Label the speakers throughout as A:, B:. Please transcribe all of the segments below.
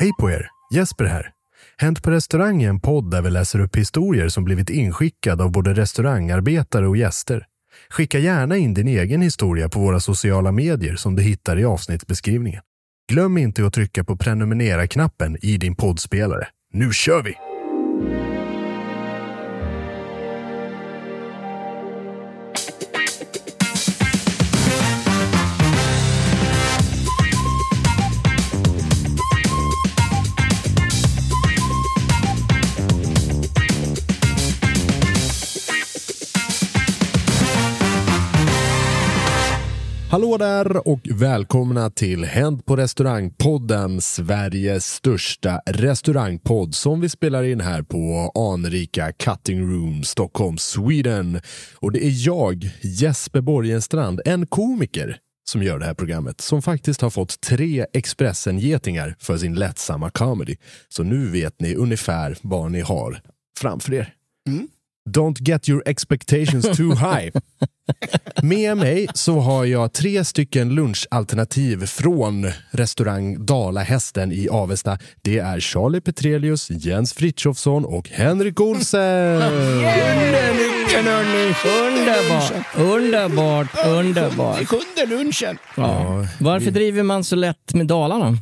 A: Hej på er! Jesper här. Hänt på restaurang är en podd där vi läser upp historier som blivit inskickade av både restaurangarbetare och gäster. Skicka gärna in din egen historia på våra sociala medier som du hittar i avsnittsbeskrivningen. Glöm inte att trycka på prenumerera-knappen i din poddspelare. Nu kör vi! Hallå där och välkomna till Hänt på restaurangpodden, Sveriges största restaurangpodd som vi spelar in här på anrika Cutting Room, Stockholm, Sweden. Och det är jag, Jesper Borgenstrand, en komiker som gör det här programmet, som faktiskt har fått tre Expressen-getingar för sin lättsamma comedy. Så nu vet ni ungefär vad ni har framför er. Don't get your expectations too high. Med mig så har jag tre stycken lunchalternativ från restaurang Dalahästen i Avesta. Det är Charlie Petrelius, Jens Frithiofsson och Henrik Olsen.
B: Lunchen hörni! Underbart, underbart, underbart.
C: Sjunde lunchen.
B: Ja. Varför driver man så lätt med Dalarna?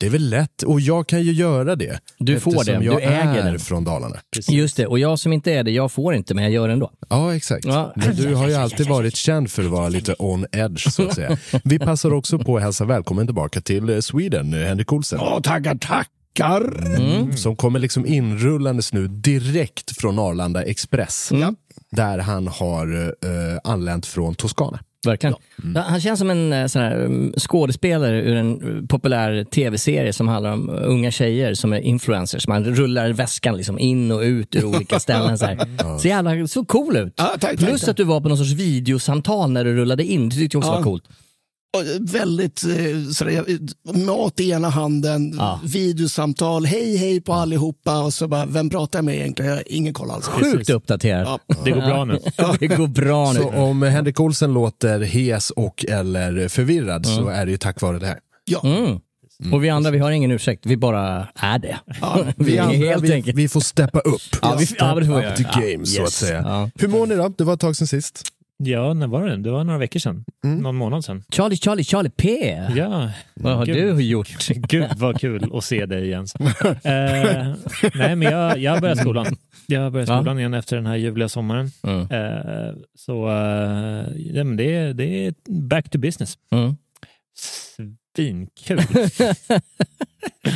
A: Det är väl lätt och jag kan ju göra det.
B: Du får
A: eftersom
B: det.
A: jag
B: Du äger
A: är
B: det.
A: från Dalarna.
B: Just det, och jag som inte är det, jag får inte men jag gör ändå.
A: Ja, exakt.
B: Ja.
A: Men du har ju alltid varit känd för att vara lite on edge, så att säga. Vi passar också på att hälsa välkommen tillbaka till eh, Sweden, eh, Henrik Olsen. Mm.
C: Ja, tackar, tackar.
B: Mm.
A: som kommer liksom inrullandes nu direkt från Arlanda Express.
B: Mm.
A: Där han har eh, anlänt från Toscana.
B: Verkligen.
C: Mm.
B: Ja, Han känns som en eh, sån här, mm, skådespelare ur en eh, populär tv-serie som handlar om eh, unga tjejer som är influencers. Man rullar väskan liksom in och ut ur olika ställen. Så, här. så jävla så cool ut.
C: Ja, tack, tack,
B: Plus
C: tack.
B: att du var på någon sorts videosamtal när du rullade in. Det tyckte jag också
C: Ja.
B: var coolt.
C: Och eh, väldigt eh, sådär, eh, mat i ena handen, videosamtal, hej hej på allihopa och så bara, vem pratar jag med egentligen? Jag har ingen koll alls.
B: Sjukt uppdaterad.
D: Det går bra nu.
B: Det går bra nu.
A: Så om Henrik
B: Mm.
A: Olsen låter hes och eller förvirrad så är det ju tack vare det här.
C: Ja.
B: Och vi andra, vi har ingen ursäkt. Vi bara är det.
A: Vi, andra,
B: helt
A: vi,
B: enkelt.
A: vi får steppa upp.
B: Ja, vi-
A: step
B: ja, det får vi
A: up the
B: göra.
A: game,
B: Ja,
A: så att
B: yes.
A: säga.
B: Ja.
A: Hur mår ni då? Det var ett tag sen sist.
D: Ja, när var det? Det var några veckor sedan. Någon månad sedan.
B: Charlie, Charlie, Charlie P.
D: Ja.
B: Vad har
D: Gud.
B: du gjort?
D: Gud vad kul att se dig igen. eh, nej, men jag, jag började skolan. Jag började
B: Ja.
D: skolan igen efter den här ljuvliga sommaren.
B: Mm.
D: Eh, så eh, ja, men det, är- det är back to business.
B: Mm.
D: Svinkul.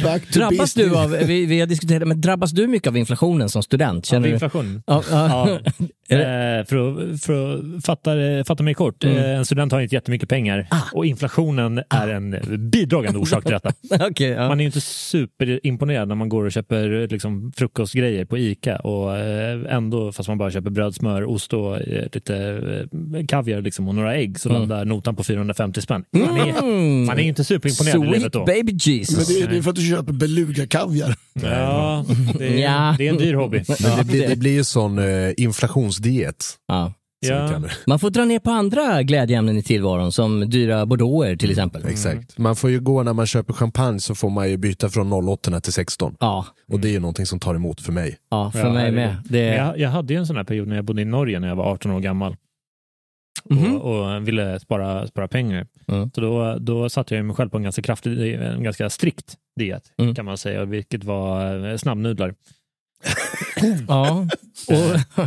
C: Back to
B: Drabbas
C: business.
B: du av, vi, vi har diskuterat, men drabbas du mycket av inflationen som student?
D: Av
B: Känner du?
D: inflation.
B: Ja, ja.
D: Ja.
B: Är
D: Eh, för att, för att fatta, det- fatta mig kort,
B: Mm. Ah.
D: eh, en student har inte jättemycket pengar och inflationen är en bidragande orsak till detta.
B: Okej, ja.
D: Man är ju inte superimponerad när man går och köper liksom, frukostgrejer på Ica och eh, ändå, fast man bara köper bröd, smör, ost och eh, lite eh, kaviar liksom, och några ägg så landar notan på 450 spänn. Man är,
B: Mm.
D: man är ju inte superimponerad i livet
B: Sweet
D: då.
B: baby
C: Men
B: Jesus.
C: det är, det är för att du köper beluga-kaviar.
D: Ja, det,
B: Ja.
D: är, det är en dyr hobby.
A: Men det, blir, det blir ju sån eh, inflationsdiet.
B: Ja.
A: som vi
D: Ja.
A: kallar det.
B: Man får dra ner på andra glädjeämnen i tillvaron som dyra bordeauxer till exempel. Mm.
A: Exakt. Man får ju gå när man köper champagne så får man ju byta från 08 till 16.
B: Ja,
A: Och det är ju någonting som tar emot för mig.
B: ja för
D: Ja,
B: mig
D: herregud.
B: med. Det,
D: Men Jag, jag hade ju en sån här period när jag bodde i Norge när jag var 18 år gammal
B: Mhm.
D: och, och ville spara, spara pengar.
B: Mm.
D: Så då, då satte jag mig själv på en ganska, kraftig, en ganska strikt diet
B: Mm.
D: kan man säga, vilket var eh, snabbnudlar.
B: ja. Och,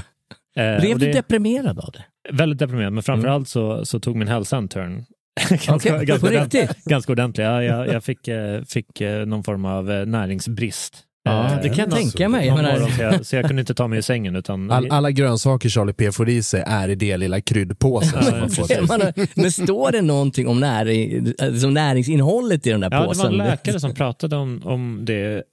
D: Eh,
B: blev
D: och
B: du Mm.
D: det-
B: deprimerad av det?
D: Väldigt deprimerad, men framförallt så, så tog min hälsa en turn. ganska,
B: Okej, på
D: ganska, ordent-
B: riktigt?
D: ganska ordentlig. Ja, jag jag fick, eh, fick eh, någon form av eh, näringsbrist.
B: Ja,
D: Eh,
B: det kan jag tänka mig. Jag
D: någon morgon,
B: menar,
D: så, jag, så jag kunde inte ta mig ur sängen. Utan,
A: All, alla grönsaker Charlie P får i sig är i det lilla kryddpåsen som man får.
B: Jag menar, men står det någonting om näring, liksom näringsinnehållet i den där
D: Ja, det var
B: påsen?
D: en läkare som pratade om, om det eh,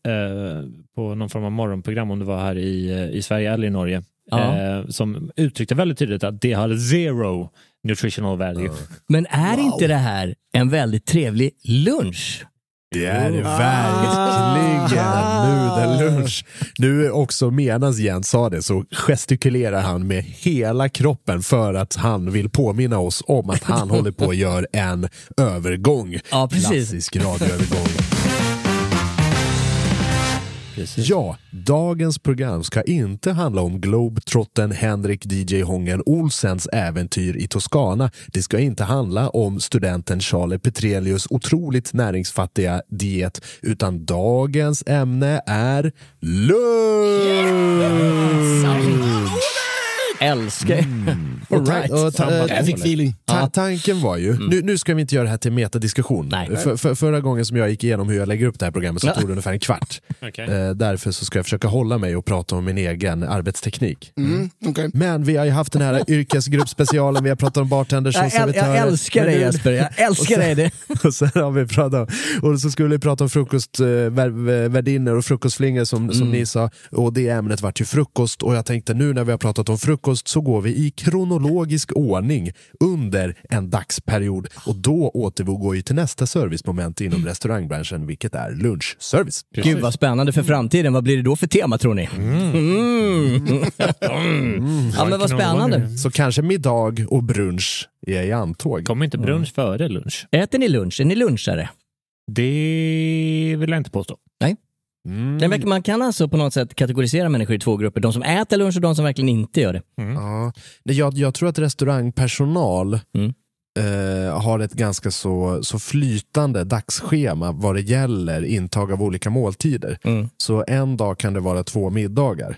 D: på någon form av morgonprogram, om det var här i, eh, i Sverige eller i Norge,
B: Ja.
D: eh, som uttryckte väldigt tydligt att det hade zero nutritional value.
B: Men är inte det här en väldigt trevlig lunch?
A: Det är det
B: Ah.
A: verkligen. Nudellunch. Nu är också medan Jens sa det så gestikulerar han med hela kroppen för att han vill påminna oss om att han håller på och gör en övergång.
B: Ja, precis.
A: Klassisk radioövergång. Ja, dagens program ska inte handla om globetrotten Henrik DJ Hången Olsens äventyr i Toscana. Det ska inte handla om studenten Charlie Petrelius otroligt näringsfattiga diet, utan dagens ämne är lunch!
B: Älskar All
A: Mm. Och ta-
B: right.
A: och ta- eh,
B: Samma- Mm.
C: Jag fick feeling.
A: Ta tanken var ju, nu, nu ska vi inte göra det här till metadiskussion.
B: Nej.
A: För, för, förra gången som jag gick igenom hur jag lägger upp det här programmet så tog det ungefär en kvart.
D: Okej.
A: Eh, därför så ska jag försöka hålla mig och prata om min egen arbetsteknik.
C: Mm, okej.
A: Men vi har ju haft den här yrkesgruppspecialen, vi har pratat om bartenders och
B: Jag, äl-
A: servitörer.
B: jag älskar
A: Men
B: dig
A: nu-
B: Jesper, jag älskar dig. Det.
A: Och sen har vi pratat om, och så skulle vi prata om eh, frukostvärdinnor och frukostflingor som, som
B: Mm.
A: ni sa. Och det ämnet vart ju frukost och jag tänkte nu när vi har pratat om frukost så går vi i kronologisk ordning under en dagsperiod och då återgår ju till nästa servicemoment inom restaurangbranschen vilket är lunchservice.
B: Gud vad spännande för framtiden. Vad blir det då för tema tror ni? Mm.
A: Mm.
B: Ja men vad spännande.
A: Så kanske middag och brunch är i antåg.
D: Kom inte brunch före lunch?
B: Äter ni lunch? Är ni lunchare?
D: Det vill jag inte påstå.
A: Mm.
B: Den verkar- Man kan alltså på något sätt kategorisera människor i två grupper. De som äter lunch och de som verkligen inte gör det.
A: Ja, det- jag, jag tror att restaurangpersonal
B: Mm.
A: eh, har ett ganska så, så flytande dagsschema vad det gäller intag av olika måltider.
B: Mm.
A: Så en dag kan det vara två middagar,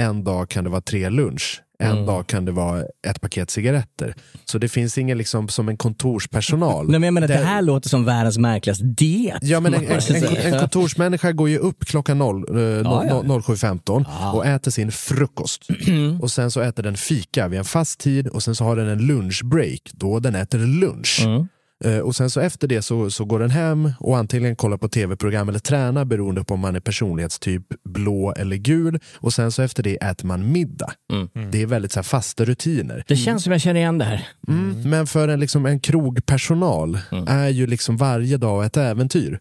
A: en dag kan det vara tre lunch, en
B: Mm.
A: dag kan det vara ett paket cigaretter. Så det finns ingen liksom, som en kontorspersonal.
B: Nej, men jag menar, det,
A: Det-
B: här låter som världens märkligaste diet.
A: Ja, men en, en,
B: måste
A: en,
B: säga.
A: en kontorsmänniska går ju upp klockan noll, eh,
B: Ja, ja. Ah. Mm.
A: noll- 07.15 och äter sin frukost. och sen så äter den fika vid en fast tid och sen så har den en lunchbreak då den äter lunch.
B: Mm.
A: Eh, Och sen så efter det så, så går den hem och antingen kollar på tv-program eller tränar beroende på om man är personlighetstyp blå eller gul. Och sen så efter det äter man middag. Det är väldigt så här fasta rutiner.
B: Mm. Det känns som jag känner igen det här.
A: Mm. Men för en, liksom, en krogpersonal
B: Mm.
A: är ju liksom varje dag ett äventyr.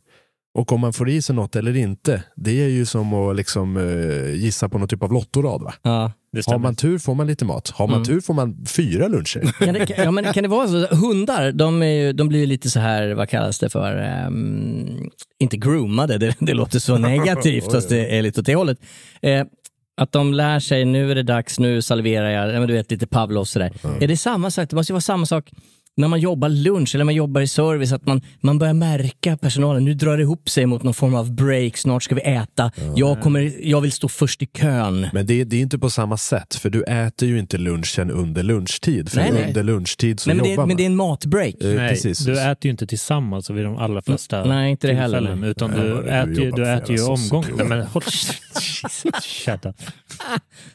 A: Och om man får i sig något eller inte, det är ju som att liksom, eh, gissa på någon typ av lottorad. Va?
B: Ja.
D: Det
A: Har
D: stämmer.
A: man tur får man lite mat. Har man tur får man fyra luncher.
B: Kan det, ja, men kan det vara så? Hundar, de, är ju, de blir ju lite så här, vad kallas det för, ehm, inte groomade, det, det låter så negativt, fast det är lite åt det hållet. Eh, att de lär sig, nu är det dags, nu salverar jag, ja, men du vet lite Pavlov sådär.
A: Mm.
B: Är det samma sak? Det måste ju vara samma sak när man jobbar lunch eller man jobbar i service, att man, man börjar märka personalen, nu drar det ihop sig mot någon form av break, snart ska vi äta,
A: Mm.
B: jag, kommer, jag vill stå först i kön.
A: Men det, är- det är inte på samma sätt, för du äter ju inte lunchen under lunchtid. För
B: Nej, nej.
A: under lunchtid så
B: Nej, men,
A: jobbar
B: det, men
A: man.
B: det är en matbreak.
A: Eh,
D: Nej,
A: precis.
D: du äter ju inte tillsammans vid de allra flesta
B: Nej, inte det heller.
D: tillfällen, utan
A: Nej,
D: du
A: vad du
D: äter ju,
A: jobbar
D: du
A: för
D: äter ju
A: jävla
D: omgång.
A: sosse.
D: Nej, men håll Shut up.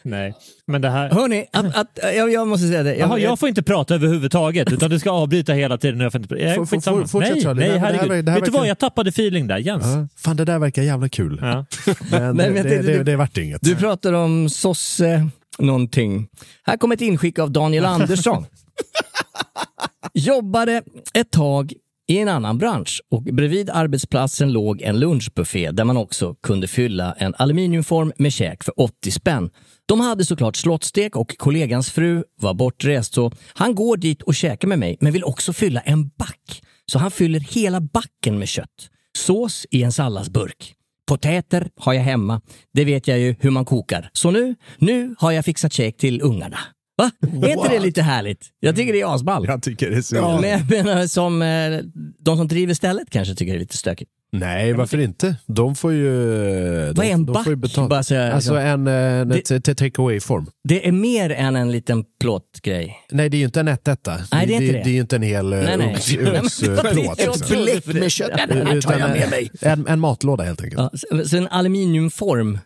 D: Nej, men det här...
B: Hörni, att, att, jag, jag måste säga det. Jag,
D: Jaha, jag får inte prata överhuvudtaget, utan du ska avbryta hela tiden. och Jag får inte, jag,
A: Får- får-
D: skitsamma.
A: får- fortsätt,
D: nej,
A: Charlie.
D: nej,
A: Det här- det här
D: herregud.
A: var- det här
D: Vet du
A: var
D: vad,
A: kul.
D: jag tappade feeling där. Jens.
A: Ja, fan, det där verkar jävla kul.
D: Ja.
A: Men,
B: Men
A: det,
B: jag
A: det,
B: tänkte-
A: det, det vart inget.
B: Du pratar om sosse någonting. Här kommer ett inskick av Daniel Andersson. Jobbade ett tag i en annan bransch och bredvid arbetsplatsen låg en lunchbuffé där man också kunde fylla en aluminiumform med käk för 80 spänn. De hade såklart slottstek och kollegans fru var bortrest så han går dit och käkar med mig men vill också fylla en back. Så han fyller hela backen med kött. Sås i en salladsburk. Potäter har jag hemma. Det vet jag ju hur man kokar. Så nu, nu har jag fixat käk till ungarna. Va? Är inte det lite härligt? Jag tycker det är asball.
A: Jag tycker det är så
B: Men jag menar som eh, de som driver stället kanske tycker det är lite stökigt.
A: Nej, varför inte? De får ju...
B: Vad
A: de,
B: är en
A: de får ju
B: back?
A: betalt.
B: Bara så här,
A: alltså en, en
B: Det-
A: t- t- take away-form.
B: Det är mer än en liten plåtgrej.
A: Nej, det är ju inte en ettetta.
B: Nej, det är inte det.
A: det är ju inte en hel eh,
B: Nej, nej. Nej, men-
A: ugnsplåt.
B: Jag
C: Ett bläck med kött. Ja, det här tar jag med mig.
A: Eh, en, en matlåda helt enkelt.
B: Ja, så- så en aluminiumform,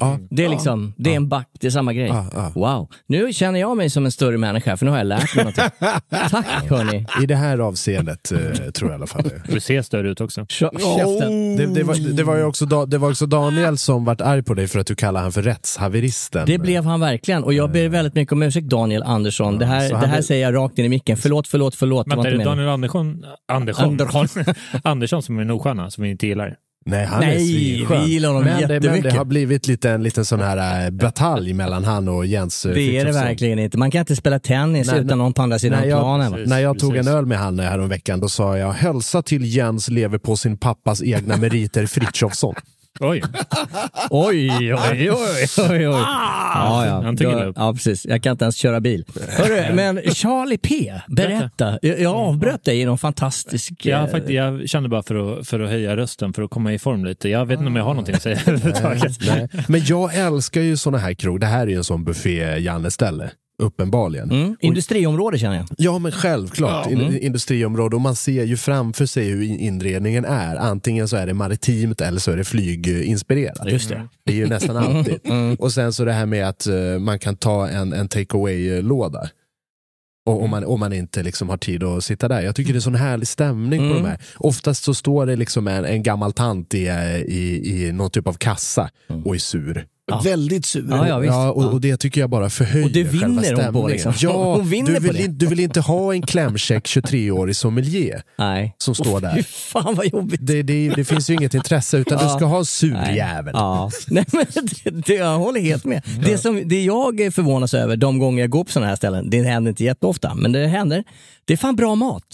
A: Ja.
B: det är liksom, det är en back, det är samma grej.
A: Ja, ja.
B: Wow, nu känner jag mig som en större människa för nu har jag lärt mig någonting. Tack hörni.
A: I det här avseendet eh, tror jag i alla fall det.
D: Du ser större ut också.
B: Kö- Käften.
A: Det, det, var, det, var ju också da, det var också Daniel som vart arg på dig för att du kallade han för rättshaveristen.
B: Det blev han verkligen och jag ber väldigt mycket om ursäkt Daniel Andersson. det här,
A: så han
B: det här
A: blev-
B: säger jag rakt in i micken. Förlåt, förlåt, förlåt. Det var
D: Vänta, är
B: inte
D: det
B: meningen.
D: Daniel Andersson, Andersson, Andersson som är Nordstjärna, som vi inte gillar?
A: Nej, han är
B: Nej,
A: svinskön.
B: vi gillar honom
A: men, det, men det
B: jättemycket.
A: har blivit lite en liten sån här eh, batalj mellan han och Jens eh,
B: Det är det
A: Frithiofsson.
B: verkligen inte. Man kan inte spela tennis
A: Nej,
B: utan
A: nej.
B: någon på andra sidan
A: Nej, jag-
B: planen. va?
D: Precis.
A: När jag tog en
D: precis.
A: öl med han häromveckan då sa jag hälsa till Jens lever på sin pappas egna meriter Frithiofsson.
D: Oj,
B: Oj, oj, oj, oj, oj. Ja, ja.
D: Han tycker
B: Då-
D: illa upp.
B: ja, precis. Jag kan inte ens köra bil. Hörru, men Charlie P, berätta. Jag jag avbröt dig i någon fantastisk... eh,
D: jag, faktiskt, jag kände bara för att, för att höja rösten, för att komma i form lite. Jag vet inte om jag har någonting att
A: Ah.
D: säga överhuvudtaget.
A: Nej. Men jag älskar ju såna här krog. Det här är ju en sån buffé-Janne-ställe. Uppenbarligen.
B: Mm, industriområde känner jag.
A: Ja, men självklart.
B: Mm.
A: In, industriområde. Och man ser ju framför sig hur in- inredningen är. Antingen så är det maritimt eller så är det flyginspirerat. Mm.
B: Just det. Mm.
A: Det är ju nästan alltid. Och sen så det här med att eh, man kan ta en, en take away-låda. Och, om, man, om man inte liksom har tid att sitta där. Jag tycker det är sån härlig stämning
B: Mm.
A: på de här. Oftast så står det liksom en, en gammal tant i, eh, i, i någon typ av kassa och är sur.
C: Väldigt sur.
B: Mm. Ja, ja, visst.
A: Ja, och, och det tycker jag bara förhöjer
B: Och det vinner
A: själva
B: hon på,
A: stämningen.
B: liksom.
A: Ja,
B: Hon vinner
A: du,
B: på
A: vill
B: det.
A: in, du vill inte ha en klämkäck 23-årig sommelier
B: Nej.
A: som står
B: Fy
A: där.
B: fan vad jobbigt.
A: Det, det, det finns ju inget intresse utan du ska ha en sur jävel.
B: Ja. Nej, men det, det, jag håller helt med. Det, som, det jag förvånas över de gånger jag går på sådana här ställen, det händer inte jätteofta, men det händer. Det är fan bra mat.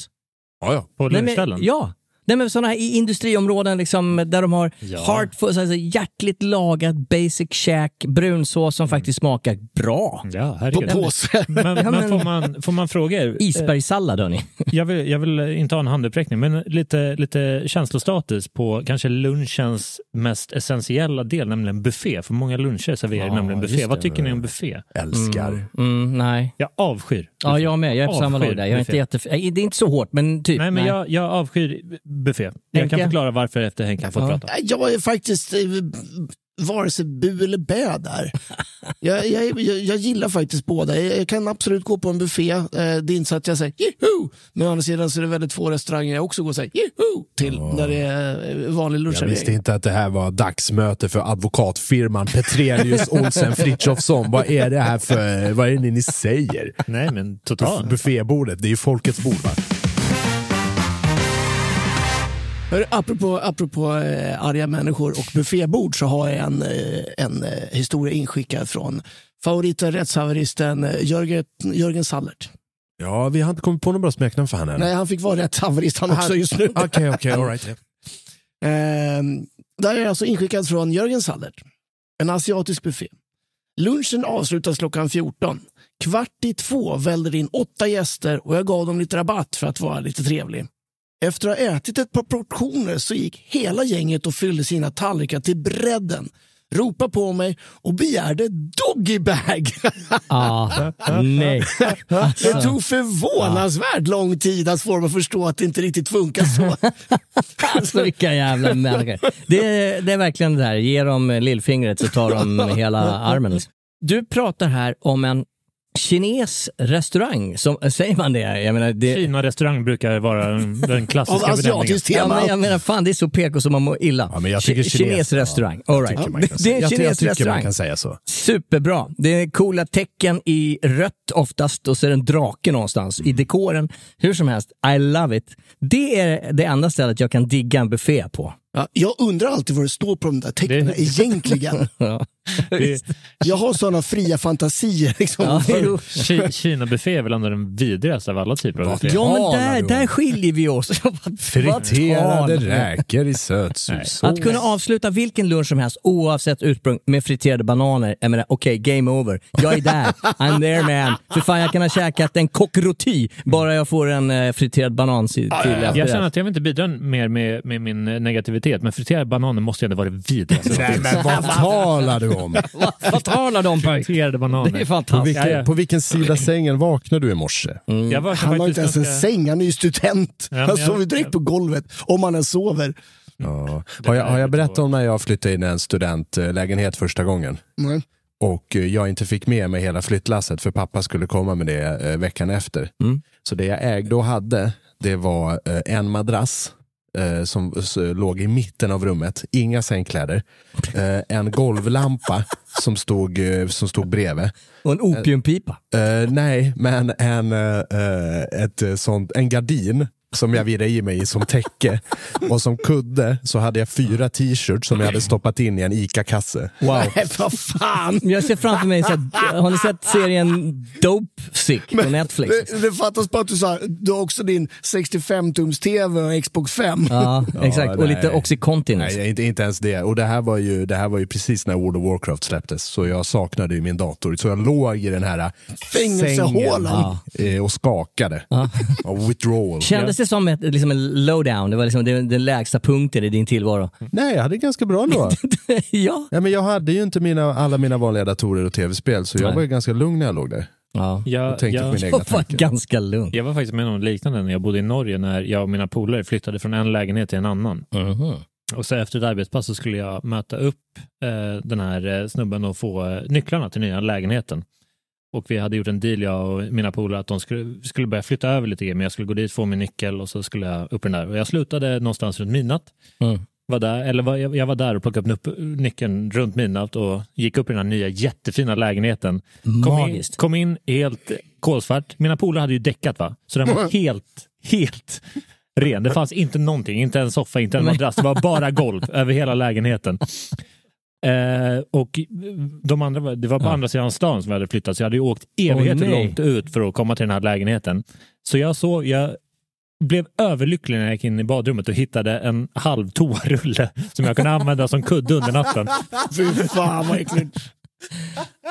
D: På
B: Nej, men-
D: lunchställen.
B: Ja. Nej, men sådana här i industriområden liksom, där de har heartful, alltså, hjärtligt lagat basic käk, brunsås som faktiskt smakar bra.
D: Ja,
C: På
D: herregud.
C: påse.
D: Men,
B: Ja, men-
D: men får, man, får man fråga er?
B: Isbergssallad hörni.
D: Jag vill, jag vill inte ha en handuppräckning, men lite, lite känslostatus på kanske lunchens mest essentiella del, nämligen buffé. För många luncher serverar
B: Ja,
D: nämligen buffé.
B: just
D: Vad tycker ni om buffé?
A: Älskar.
B: Mm, nej.
D: Jag avskyr.
B: Ja, jag med. Jag är på samma
D: Avskyr
B: lag där. Jag är inte
D: buffé.
B: jätte... Nej, Det är inte så hårt, men typ.
D: Nej, men jag, jag avskyr buffé. Jag kan
B: Henke?
D: förklara varför efter Henke har fått
B: Ja.
D: prata.
C: Nej, Jag är faktiskt eh, vare sig bu eller bä där. Jag, jag, jag, jag gillar faktiskt båda. Jag, jag kan absolut gå på en buffé. Eh, Det är inte så att jag säger jeho! Men å andra sidan så är det väldigt få restauranger jag också går och säger jeho! till när det är eh, vanlig
A: Jag visste
C: lunchservering.
A: inte att det här var dagsmöte för advokatfirman Petrelius Olsen Frithiofsson. Vad är det här för, vad är det ni säger?
D: Nej, men
A: Buff-
D: totalt.
A: Buffébordet, det är ju folkets bord va?
C: Hör, apropå apropå eh, arga människor och buffébord så har jag en, eh, en eh, historia inskickad från favoriten rättshaveristen eh, Jörgen, Jörgen Sallert.
A: Ja, vi har inte kommit på något bra smeknamn för han än.
C: Nej, han fick vara rättshaverist han också just nu.
A: Okej, okej, alright.
C: Ehm, där är alltså inskickad från Jörgen Sallert. En asiatisk buffé. Lunchen avslutas klockan 14. Kvart i två väljer det in åtta gäster och jag gav dem lite rabatt för att vara lite trevlig. Efter att ha ätit ett par portioner så gick hela gänget och fyllde sina tallrikar till bredden, ropade på mig och begärde doggybag.
B: Ah, nej. Alltså,
C: Det tog förvånansvärt lång tid att få dem att förstå att det inte riktigt funkar så.
B: Alltså vilka jävla människor. Det, är- det är verkligen det här, ge dem eh, lillfingret så tar de hela armen. liksom. Du pratar här om en kines restaurang, som, säger man det? Jag menar, det
D: Kina-restaurang brukar vara den- den
C: Av
D: klassiska benämningen.
C: asiatiskt
B: Ja,
C: tema.
B: men jag menar fan det är så PK som man mår illa.
A: Ja, men jag tycker
B: Ki-
A: kines-
B: Kinesrestaurang.
A: Ja,
B: All
A: jag tycker man
B: right.
A: kan
B: Det
A: säga.
B: är
A: Jag- jag
B: en
A: tycker man
B: kinesrestaurang.
A: kan säga så.
B: Superbra. Det är coola tecken i rött oftast och så är det en drake någonstans
A: Mm.
B: i dekoren. Hur som helst, I love it. Det är det enda stället jag kan digga en buffé på.
C: Ja, jag undrar alltid vad det står på de där tecknen
D: Det-
C: egentligen.
B: Ja.
C: Jag har sådana fria fantasier. Liksom.
B: Ja, jo.
D: Ki- Kina-buffé är väl ändå den vidrigaste av alla typer av buffé.
B: ja men
A: talar
B: där,
A: du om?
B: där skiljer vi oss. Vad
A: Friterade
B: talar du om?
A: räkor i Oh. sötsursås.
B: Att kunna avsluta vilken lunch som helst oavsett ursprung med friterade bananer. Jag menar, okej, game over. Jag är där. I'm there man. För fan, jag kan ha käkat en coqueroti bara jag får en eh, friterad banan si- till efterrätt.
D: Jag känner att jag vill inte bidra mer med, med min negativitet, men friterade bananer måste ju ändå vara det vidrigaste.
A: Nej, men vad talar du om?
B: Vad- Vad talar de om
D: Friterade bananer.
B: Det är
A: På
B: fantastiskt.
D: Ja, ja.
A: vilken, på vilken sida sängen vaknade du i morse?
D: Jag var
C: Han har inte ens en säng, han är ju student.
D: Ja, men
C: han
D: jag- Mm.
C: sover direkt på golvet, om han ens sover.
A: Ja. Har, jag, har jag berättat om när jag flyttade in i en studentlägenhet första gången?
C: Nej.
A: och eh, jag inte fick med mig hela flyttlasset för pappa skulle komma med det eh, veckan efter.
D: Mm.
A: Så det jag ägde och hade, det var eh, en madrass eh, som s- låg i mitten av rummet, inga sängkläder, eh, en golvlampa som stod, eh, som stod bredvid.
B: Och en opiumpipa.
A: Eh, nej, men en, eh, eh, ett, eh, sånt, en gardin som jag virade i mig i som täcke. Och som kudde så hade jag fyra t-shirts som jag hade stoppat in i en ICA-kasse.
B: Wow.
C: Nej, vad fan!
B: Jag ser framför mig, så här, har ni sett serien Dope Sick på Netflix?
C: Det, det fattas bara att du, så här, du har också din 65-tums-tv och Xbox 5.
B: Ja, exakt. och lite
A: nej.
B: Oxycontin.
A: Nej, inte, inte ens det. Och det här, var ju, det här var ju precis när World of Warcraft släpptes, så jag saknade ju min dator. Så jag låg i den här eh,
C: Fängelsehålan.
A: sängen eh, och skakade. Och withdrawal.
B: Kändes det som ett, liksom en lowdown? Det var liksom den, den lägsta punkten i din tillvaro?
A: Nej, jag hade det ganska bra då.
B: ja.
A: ja, men jag hade ju inte mina, alla mina vanliga datorer och tv-spel, så jag
B: Nej.
A: var ju ganska lugn när jag låg där.
B: ja.
D: Jag,
A: Och tänkte på
D: jag,
A: mina egna
B: Jag var
A: tankar.
B: ganska lugn.
D: jag var faktiskt med om något liknande när jag bodde i Norge när jag och mina polare flyttade från en lägenhet till en annan. Och så efter ett arbetspass så skulle jag möta upp eh, den här eh, snubben och få eh, nycklarna till nya lägenheten. Och vi hade gjort en deal, jag och mina polare, att de skulle, skulle börja flytta över lite grejer, men jag skulle gå dit, få min nyckel och så skulle jag upp i den där. Och jag slutade någonstans runt midnatt.
B: Mm.
D: Var där, eller var, jag jag var där och plockade upp nupp- nyckeln runt midnatt och gick upp i den här nya jättefina lägenheten. Kom in,
B: Magiskt.
D: kom in helt kolsvart. Mina polare hade ju däckat va, så den var helt, helt ren. Det fanns inte någonting, inte en soffa, inte en madrass. Det var bara golv över hela lägenheten. Eh, och de andra, var- det var på andra sidan stan som jag hade flyttat, så jag hade ju åkt evigheter
B: Åh, nej.
D: långt ut för att komma till den här lägenheten. Så jag såg, jag blev överlycklig när jag gick in i badrummet och hittade en halv toarulle som jag kunde använda som kudde under natten.
C: Fy fan vad äckligt.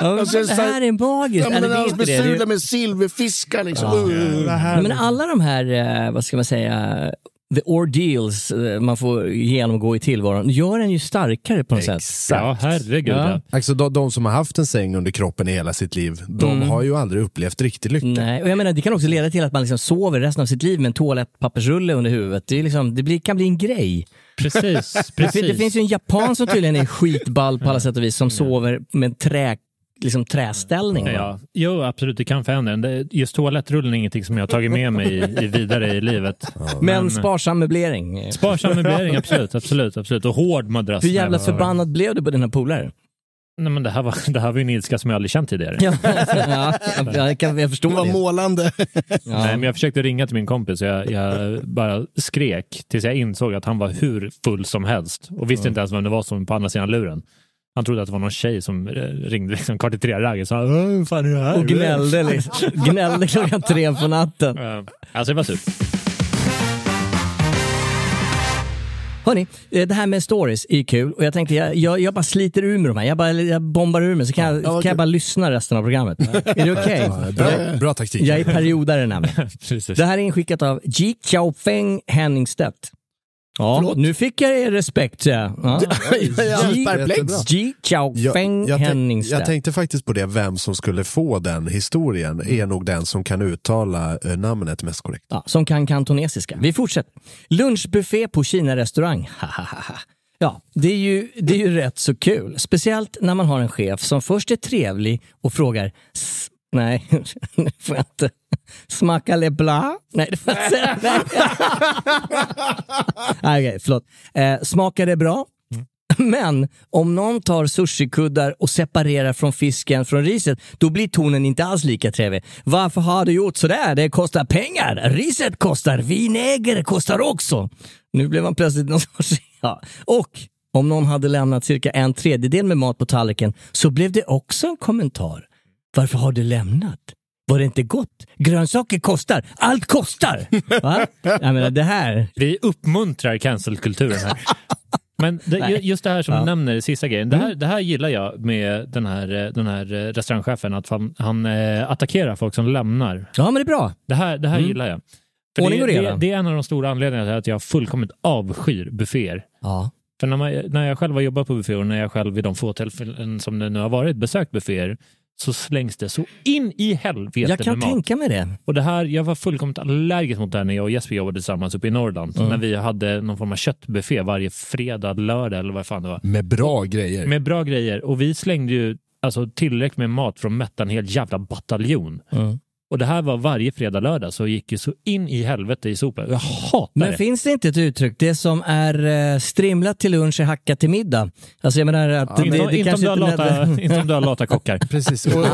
B: Ja,
C: Alltså,
B: men alltså, det här är magiskt.
C: Ja,
B: Ja,
C: men den
B: det är
C: här
B: inte det. det
C: besudlade
B: är,
C: med silverfiskar liksom. Uh,
B: Ja, men alla de här, eh, vad ska man säga, the ordeals eh, man får genomgå i tillvaron gör en ju starkare på något sätt.
D: Ja, herregud.
B: Ja.
D: Ja.
A: Alltså, de, de som har haft en säng under kroppen i hela sitt liv, de har ju aldrig upplevt riktig lycka.
B: Mm. Nej, och jag menar, det kan också leda till att man liksom sover resten av sitt liv med en toalettpappersrulle under huvudet. Det, är liksom, det blir, kan bli en grej.
D: Precis,
B: Det fin-
D: precis.
B: Det finns ju en japan som tydligen är skitball på alla sätt och vis som sover med en trä, liksom träställning.
D: Ja, jo, absolut, det kan förändra en. Det- Just toalettrullen är ingenting som jag har tagit med mig i, i vidare i livet.
B: Men sparsam möblering.
D: Sparsam möblering, absolut, absolut, absolut. Och hård madrass.
B: Hur jävla
D: Ja.
B: förbannad blev du på dina polare?
D: Nej, men det, här var, det här var ju en ilska som jag aldrig känt tidigare.
B: Ja, ja, jag, jag, kan, jag
C: Det
B: förstår
C: var
B: det.
C: målande.
D: Nej,
B: Ja.
D: men jag försökte ringa till min kompis och jag, jag bara skrek tills jag insåg att han var hur full som helst och visste inte ens vem det var som på andra sidan luren. Han trodde att det var någon tjej som eh, ringde liksom, kvart i tre-ragget. Så han, "Åh, vad fan är det här?
B: Och gnällde, liksom. gnällde klockan tre på natten.
D: Eh, Alltså det var surt.
B: Hörni, eh, det här med stories är kul och jag tänkte jag, jag, jag bara sliter ur mig de här. Jag, bara, jag bombar ur mig så kan jag, kan jag bara lyssna resten av programmet. Är det okej?
A: Ja, bra, bra taktik.
B: Jag är periodare nämligen.
D: Precis.
B: Det här är inskickat av Ji Xiaofeng Henningstedt. Ja, nu fick jag er respekt säger jag. Ja.
C: Jag är alldeles perplex.
A: Jättebra.
B: Ji Xiaofeng
A: jag, tänk, jag
B: Henningstedt.
A: tänkte faktiskt på det, vem som skulle få den historien är nog den som kan uttala eh, namnet mest korrekt.
B: Ja, som kan kantonesiska. Vi fortsätter. Lunchbuffé på Kina-restaurang. Hahaha. Ja, det är, ju, det är ju rätt så kul. Speciellt när man har en chef som först är trevlig och frågar "S- Nej, nu får jag inte. Smaka le bla? Nej, det får jag inte säga. Nej. Okej, förlåt. Eh, smakar det bra? Men om någon tar sushikuddar och separerar från fisken från riset, då blir tonen inte alls lika trevlig. Varför har du gjort sådär? Det kostar pengar. Riset kostar, vinäger kostar också. Nu blev man plötsligt någon sorts... Ja. Och om någon hade lämnat cirka en tredjedel med mat på tallriken så blev det också en kommentar. Varför har du lämnat? Var det inte gott? Grönsaker kostar. Allt kostar! Va? Jag menar, det här...
D: Vi uppmuntrar cancelkulturen här. Men det, ju- just det här som du nämner, sista grejen. Det här, det här gillar jag med den här, eh, den här eh, restaurangchefen, att han, han eh, attackerar folk som lämnar.
B: Ja, men det är bra.
D: Det här, det här gillar jag. För
B: Mm. Ordning
D: det,
B: och
D: det,
B: reda.
D: det är en av de stora anledningarna till att jag fullkomligt avskyr bufféer.
B: Ja.
D: För när, man, när jag själv har jobbat på bufféer och när jag själv vid de få tillfällen som det nu har varit besökt bufféer så slängs det så in i helvete
B: Jag kan
D: med mat.
B: tänka mig det.
D: Och det här, jag var fullkomligt allergisk mot det här när jag och Jesper jobbade tillsammans uppe i Norrland.
B: Mm.
D: När vi hade någon form av köttbuffé varje fredag, lördag eller vad fan det var.
A: Med bra grejer.
D: Med bra grejer. Och vi slängde ju alltså, tillräckligt med mat från mätta en hel jävla bataljon.
B: Mm.
D: Och det här var varje fredag, lördag så gick ju så in i helvete i sopen. Jag hatar
B: Men
D: det.
B: finns det inte ett uttryck, det som är eh, strimlat till lunch är hackat till middag? Alltså jag menar att det,
D: Inte,
B: det,
D: inte, om
B: kanske
D: du har lata,
B: nödvändigt-
D: inte om du har lata kockar.
A: Precis. Och, och,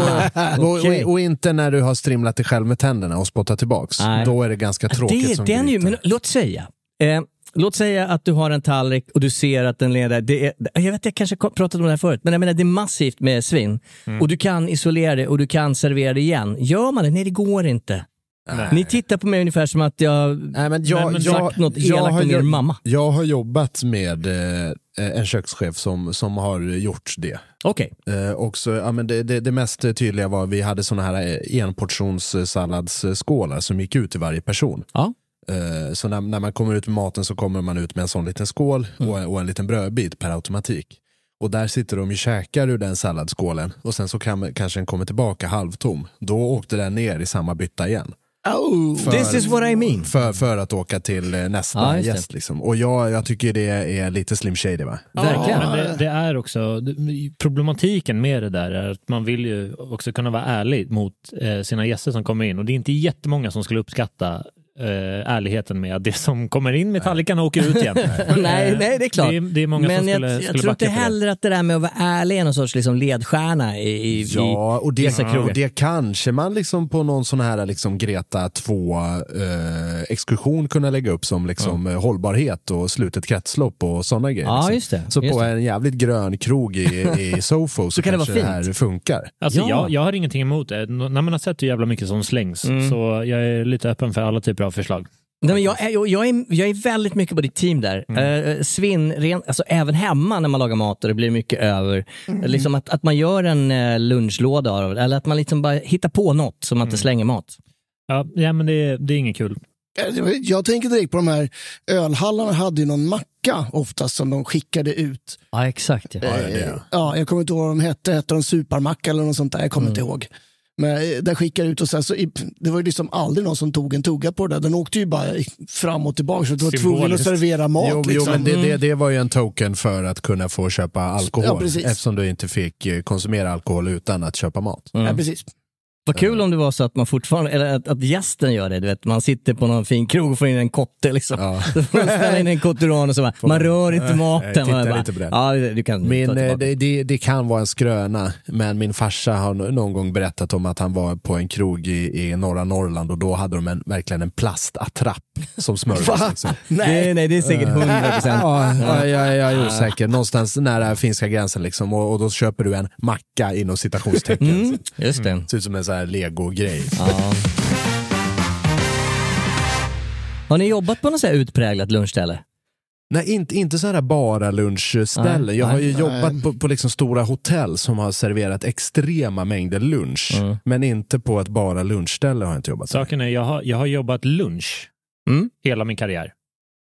A: och,
B: okej.
A: och, och inte när du har strimlat dig själv med tänderna och spottat tillbaks.
B: Nej.
A: Då är det ganska tråkigt
B: det,
A: som
B: den är ju,
A: gryta.
B: men Låt säga, eh, låt säga att du har en tallrik och du ser att den leder, det är, jag vet jag kanske kom- pratat om det här förut, men jag menar det är massivt med svinn.
D: Mm.
B: Och du kan isolera det och du kan servera det igen. Gör man det? Nej det går inte. Ni tittar på mig ungefär som att jag
A: Nej, men jag,
D: Nej, men
A: jag,
B: sagt något elakt
A: har
B: om er
A: jobb-
B: mamma.
A: Jag har jobbat med eh, en kökschef som, som har gjort det.
B: Okej,
A: Eh, och så, ja, men det, det, det mest tydliga var att vi hade såna här eh, enportionssalladsskålar som gick ut till varje person.
B: Ja.
A: Eh, Så när, när man kommer ut med maten så kommer man ut med en sån liten skål
B: Mm.
A: och, och en liten brödbit per automatik. Och där sitter de och käkar ur den salladsskålen och sen så kan, kanske den kommer tillbaka halvtom. Då åkte den ner i samma bytta igen. För-
B: this is what I mean.
A: För, för att åka till eh, nästa
B: Ja, just det.
A: gäst. Liksom. Och jag, jag tycker det är lite Slim Shady va?
B: Verkligen.
D: Men det, det är också, problematiken med det där är att man vill ju också kunna vara ärlig mot eh, sina gäster som kommer in och det är inte jättemånga som skulle uppskatta eh, ärligheten med att det som kommer in med tallrikarna åker ut igen.
B: Nej,
D: Eh,
B: nej, det är klart.
D: Det är, det är många
B: men
D: som skulle,
B: jag, jag
D: skulle
B: tror
D: backa
B: inte
D: på det.
B: heller att det där med att vara ärlig är någon sorts liksom ledstjärna i, i,
A: Ja, och det,
B: vissa krogar.
A: och det kanske man liksom på någon sån här liksom Greta 2-exkursion kunna lägga upp som liksom eh, hållbarhet och slutet kretslopp och sådana grejer.
B: Ja,
A: liksom.
B: just det,
A: Så
B: just
A: på
B: det.
A: en jävligt grön krog i, i Sofo så,
B: kan det vara
A: kanske det,
B: fint.
A: här funkar.
D: Alltså,
B: Ja.
D: jag, jag har ingenting emot det. N- När man har sett hur jävla mycket som slängs
C: Mm.
D: så jag är lite öppen för alla typer av förslag.
B: Nej, men jag, är, jag, jag, är, jag är väldigt mycket på ditt team där. Eh, svinn, ren, alltså även hemma när man lagar mat och det blir mycket över. Liksom att, att man gör en eh, lunchlåda av det, eller att man liksom bara hittar på något som man inte slänger mat.
D: Ja, ja men det, det är inget kul.
C: Jag tänker direkt på de här ölhallarna hade ju någon macka oftast som de skickade ut.
B: Ja, exakt. Ja.
C: Ja, jag kommer inte ihåg vad de hette, hette de supermacka eller något sånt där, jag kommer
B: Mm.
C: inte ihåg. Men eh, där skickade jag ut och sen så, i- det var ju liksom aldrig någon som tog en tugga på det där. Den åkte ju bara i- fram och tillbaka så du var tvungen att
D: Symboliskt.
C: servera mat.
A: Jo,
C: liksom.
A: jo, men det, det, det var ju en token för att kunna få köpa alkohol
C: Ja, precis.
B: Mm.
A: eftersom du inte fick eh, konsumera alkohol utan att köpa mat.
C: ja, precis.
B: Vad kul om det var så att man fortfarande, eller att, att gästen gör det, du vet, man sitter på någon fin krog och får in en kotte liksom.
A: Ja.
B: Så får man ställa in en kotte uran och så bara, man rör inte maten.
A: titta
B: Man bara,
A: inte på den.
B: Ja, du kan ta
A: Min, eh,
B: tillbaka.
A: det, det, det kan vara en skröna, men min farsa har no- någon gång berättat om att han var på en krog i, i norra Norrland och då hade de en, verkligen en plastattrapp som smörgås.
C: Va?
A: Liksom.
B: Nej, Ah. nej, det är säkert 100 procent.
A: Ja, ja, ja, jag är osäker. Någonstans nära finska gränsen liksom. och, och då köper du en macka inom citationstecken.
B: Mm, Ah. just det.
A: Ser ut som en sån här lego-grej.
B: Ja. Har ni jobbat på något så här utpräglat lunchställe?
A: Nej, inte, inte sådana här bara lunchställen.
B: Nej,
A: Jag har ju
C: nej.
A: jobbat på, på liksom stora hotell som har serverat extrema mängder lunch.
B: Mm.
A: Men inte på ett bara lunchställe har jag inte jobbat.
D: Saken är, jag har, jag har jobbat lunch
B: Mm.
D: hela min karriär.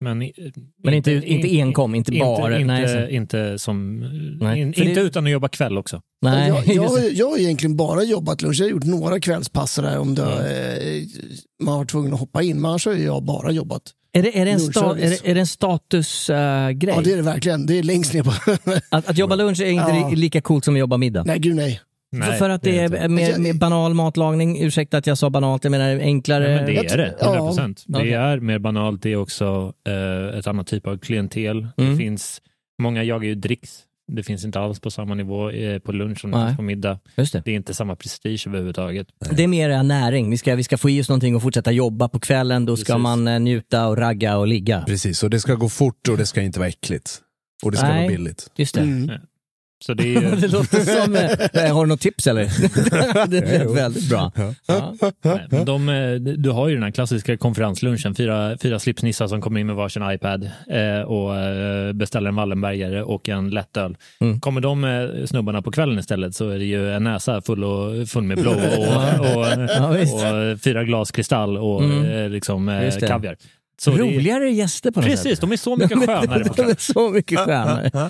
D: Men, i-
B: Men inte, inte enkom, inte bara.
D: Inte,
B: nej,
D: inte,
B: så-
D: inte, som,
B: Nej,
D: in,
B: för det-
D: inte utan att jobba kväll också.
B: nej.
C: Jag, jag,
B: just
C: har-
B: det.
C: jag har egentligen bara jobbat lunch. Jag har gjort några kvällspass där om det,
A: Mm.
C: eh, man var tvungen att hoppa in. Men annars har jag bara jobbat.
B: Är det, är det en, sta, är
C: Lunchservice.
B: det, är det en statusgrej?
C: Ja, det är det verkligen. Det är längst ner på...
B: att, att jobba lunch är inte
C: Ja.
B: li- lika coolt som att jobba middag?
C: nej, gud nej.
D: Nej,
B: för att det är,
D: inte.
B: mer,
C: Jag-
B: mer banal matlagning, ursäkta att jag sa banalt, jag menar enklare.
D: Nej, men det är
C: Jag-
D: det,
C: ja.
D: 100 procent.
B: Okej.
D: Det är mer banalt, det är också eh, ett annat typ av klientel.
B: Mm.
D: Det finns, många jagar ju dricks. Det finns inte alls på samma nivå eh, på lunch som det
B: Nej.
D: finns på middag.
B: Just det.
D: Det är inte samma prestige överhuvudtaget.
B: det är mer näring, vi ska, vi ska få i oss någonting och fortsätta jobba på kvällen, då ska
D: Precis.
B: man eh, njuta och ragga och ligga.
A: Precis, och det ska gå fort och det ska inte vara äckligt. Och det ska
B: Nej.
A: vara billigt.
B: Just det.
C: Mm.
D: Så det är
B: det
D: ju...
B: låter som... eh, Har du något tips eller? det är väldigt bra. Ja.
D: Nej, men de, eh, du har ju den här klassiska konferenslunchen, fyra, fyra slipsnissar som kommer in med varsin iPad eh, och eh, beställer en Wallenbergare och en lättöl.
B: Mm.
D: Kommer de eh, snubbarna på kvällen istället så är det ju en näsa full, och, full med blå och, och,
B: Ja, visst.
D: och, eh, fyra glas kristall och
B: Mm.
D: eh, liksom, eh,
B: Just det.
D: kaviar. Så det är-
B: Roligare gäster på något
D: Precis,
B: sätt.
D: de är så mycket skönare. på
B: De
D: kvällen.
B: är så mycket skönare. Ja,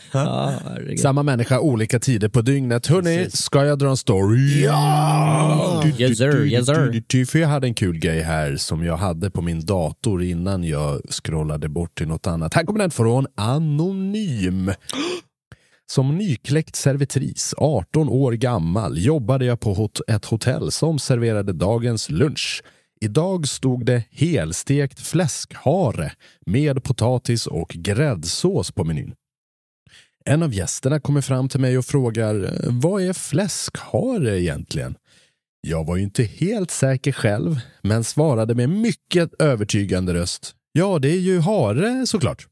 B: herregud.
A: Samma människa, olika tider på dygnet. Hörni,
D: Precis.
A: ska jag dra en story? Ja!
B: Yes, sir. Yes, sir.
A: För jag hade en kul grej här som jag hade på min dator innan jag scrollade bort till något annat. Här kommer den från Anonym. Som nykläckt servitris, 18 år gammal, jobbade jag på hot- ett hotell som serverade dagens lunch. Idag stod det helstekt fläskhare med potatis och gräddsås på menyn. En av gästerna kommer fram till mig och frågar "Eh, vad är fläskhare egentligen? Jag var ju inte helt säker själv, men svarade med mycket övertygande röst. Ja, det är ju hare såklart.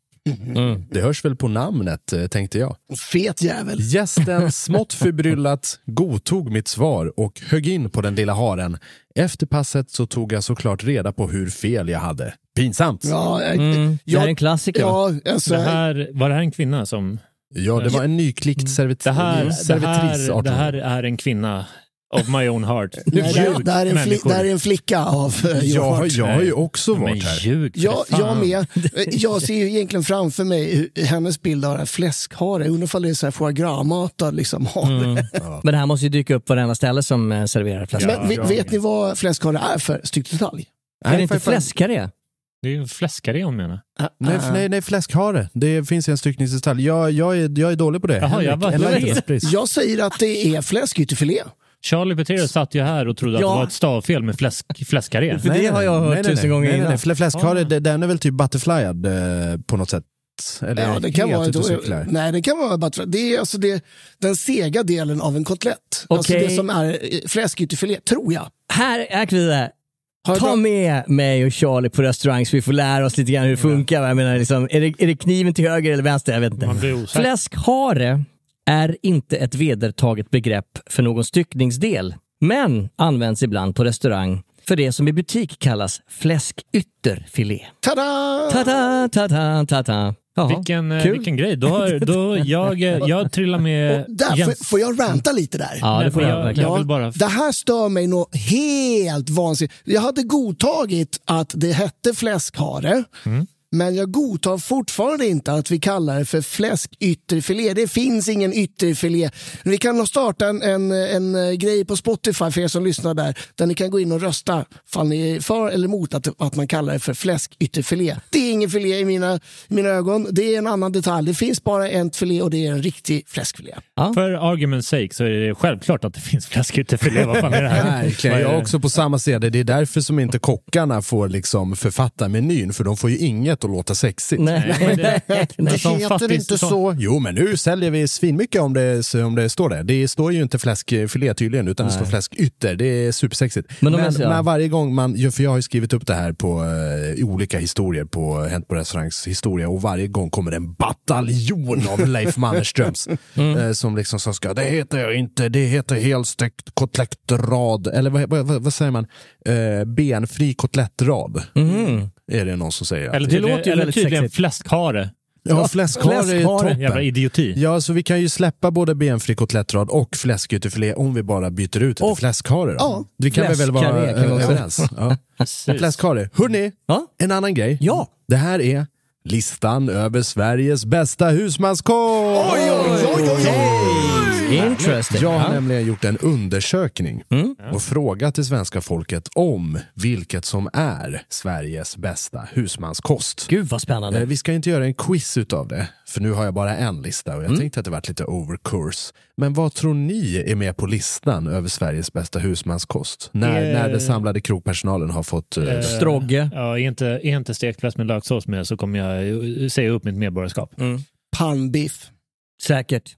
B: Mm.
A: Det hörs väl på namnet, eh, tänkte jag.
C: Fet jävel.
A: Gästen, smått förbryllat, godtog mitt svar och högg in på den lilla haren. Efter passet så tog jag såklart reda på hur fel jag hade. Pinsamt!
C: Ja, eh,
B: Mm. Det här är en klassiker. va?
C: ja alltså,
D: Det här, var det här en kvinna som...
A: Ja, det var en nyklickt servit-
D: Mm. Det här, det
A: servitris.
D: här,
A: 18
D: det här
A: år.
D: är en kvinna of my own heart.
C: nej, det, här- det, här är en fli-
D: människor.
C: det här är en flicka av eh,
A: jag, har-
C: Johan.
A: jag har ju också
D: Men
A: varit här.
D: ljug för
C: Ja,
D: fan.
C: jag med. Eh, Jag ser ju egentligen framför mig hur- hennes bild av det här fläskhare. Jag Undrar ifall det är så här foie gras-matad liksom. hare.
B: Men det här måste ju dyka upp på varenda ställe som eh, serverar fläskkarré.
C: Men ve- vet ni vad fläskhare är för styckdetalj?
B: Är det
A: Nej,
B: inte
A: fan-
B: fläskkarré?
D: Det är ju en fläskare hon menar.
A: Nej, f- nej, nej, fläskhare. Det finns i en styckningsdetalj. Jag, jag, är, jag är dålig på det.
D: Jaha, jag var-
A: eller inte?
C: Jag säger att det är fläskytterfilé.
D: Charlie Petrelius satt ju här och trodde att
B: Ja.
D: det var ett stavfel med fläsk, fläskare.
B: För det har jag hört tusen gånger
A: nej,
B: innan.
A: Nej, nej. Fläskhare, det- den är väl typ butterflyad eh, på något sätt? Eller
C: Ja, det kan
A: helt
C: vara,
A: ute och cyklar.
C: nej, det kan vara bara, det är alltså det, den sega delen av en kotlett. Alltså
B: Okej.
C: det som är eh, fläskytterfilé, tror jag.
B: Här, här Kvide.
C: Har jag
B: Ta
C: bra-
B: med mig och Charlie på restaurang så vi får lära oss lite grann hur det funkar. va? Jag menar, liksom, är, det, är det kniven till höger eller vänster? Jag vet inte.
D: Man blir osäker.
B: Fläskhare är inte ett vedertaget begrepp för någon styckningsdel, men används ibland på restaurang för det som i butik kallas fläskytterfilé.
C: Tada!
B: Ta-ta, ta-ta, ta-ta. Jaha,
D: Vilken, eh,
B: kul.
D: vilken grej. Då har, då jag, eh, jag trillar med
C: Där, får, får jag ranta lite där?
B: Ja, det
D: Nej,
B: får
D: men
B: jag
D: jag,
B: verkligen.
D: jag vill bara...
C: Det här stör mig nog
D: Mm.
C: helt vansinnigt. Jag hade godtagit att det hette fläskhare Men jag godtar fortfarande inte att vi kallar det för fläskytterfilé. Det finns ingen ytterfilé. Vi kan starta en, en, en eh, grej på Spotify för er som lyssnar där. Där ni kan gå in och rösta om ni är för eller emot att, att man kallar det för fläskytterfilé. Det är ingen filé i mina, i mina ögon. Det är en annan detalj. Det finns bara en filé och det är en riktig fläskfilé.
D: För argument's sake så är det självklart att det finns fläskytterfilé. Vad fan är det här?
A: Verkligen.
D: Vad
A: Jag
D: är
A: är
D: det?
A: också på samma sida. Det är därför som inte kockarna får liksom författa menyn, för de får ju inget att låta sexigt.
B: Nej.
D: Nej, det-
B: Nej.
D: som fattig- som-
A: Jo, men nu säljer vi svinmycket om det, om det står det. Det står ju inte fläskfilé tydligen, utan det står fläskytter. Det är supersexigt.
B: Men
A: Men,
B: om
A: men,
B: jag säger-
A: varje gång man, ju- för jag har ju skrivit upp det här på eh, i olika historier på Hänt på restaurangs historia och varje gång kommer det en bataljon av Leif Mannerströms
D: Mm.
A: eh, som liksom som ska, det heter jag inte, det heter helstekt kotlettrad, eller vad, vad, vad, vad säger man? Eh, benfri kotlettrad. Är det någon som säger.
D: Mhm. Eller
A: att det,
D: tydligen,
B: låter ju
D: eller
B: väldigt
D: tydligen
B: sexigt.
D: fläskhare.
A: ja, fläskhare är
B: fläskhare.
A: toppen.
D: Jävla idioti.
A: Ja, så vi kan ju släppa både benfri kotlettrad och fläskytterfilé om vi bara byter ut det till
B: Och-
A: fläskhare. Ja, vi kan väl
B: Fläskkarré
A: vara
B: kan man
A: eh,
B: säga.
A: överens. Ja. Fläskhare. Hörrni,
B: Ja?
A: en annan grej.
B: Ja.
A: Det här är listan över Sveriges bästa husmanskost.
B: Interesting.
A: Jag har
B: Ja. Mm.
A: nämligen gjort en undersökning och frågat det svenska folket om vilket som är Sveriges bästa husmanskost.
B: Gud vad
A: Eh,
B: spännande.
A: Vi ska inte göra en quiz utav det, för nu har jag bara en lista och jag tänkte att det varit lite overcourse. Men vad tror ni är med på listan över Sveriges bästa husmanskost? När,
D: Eh.
A: när den samlade krogpersonalen har fått... eh,
D: Eh.
B: Strogge.
D: Ja, är inte, är inte stekt fläsk med löksås med så kommer jag eh, säga upp mitt medborgarskap.
C: Pannbiff.
B: Säkert.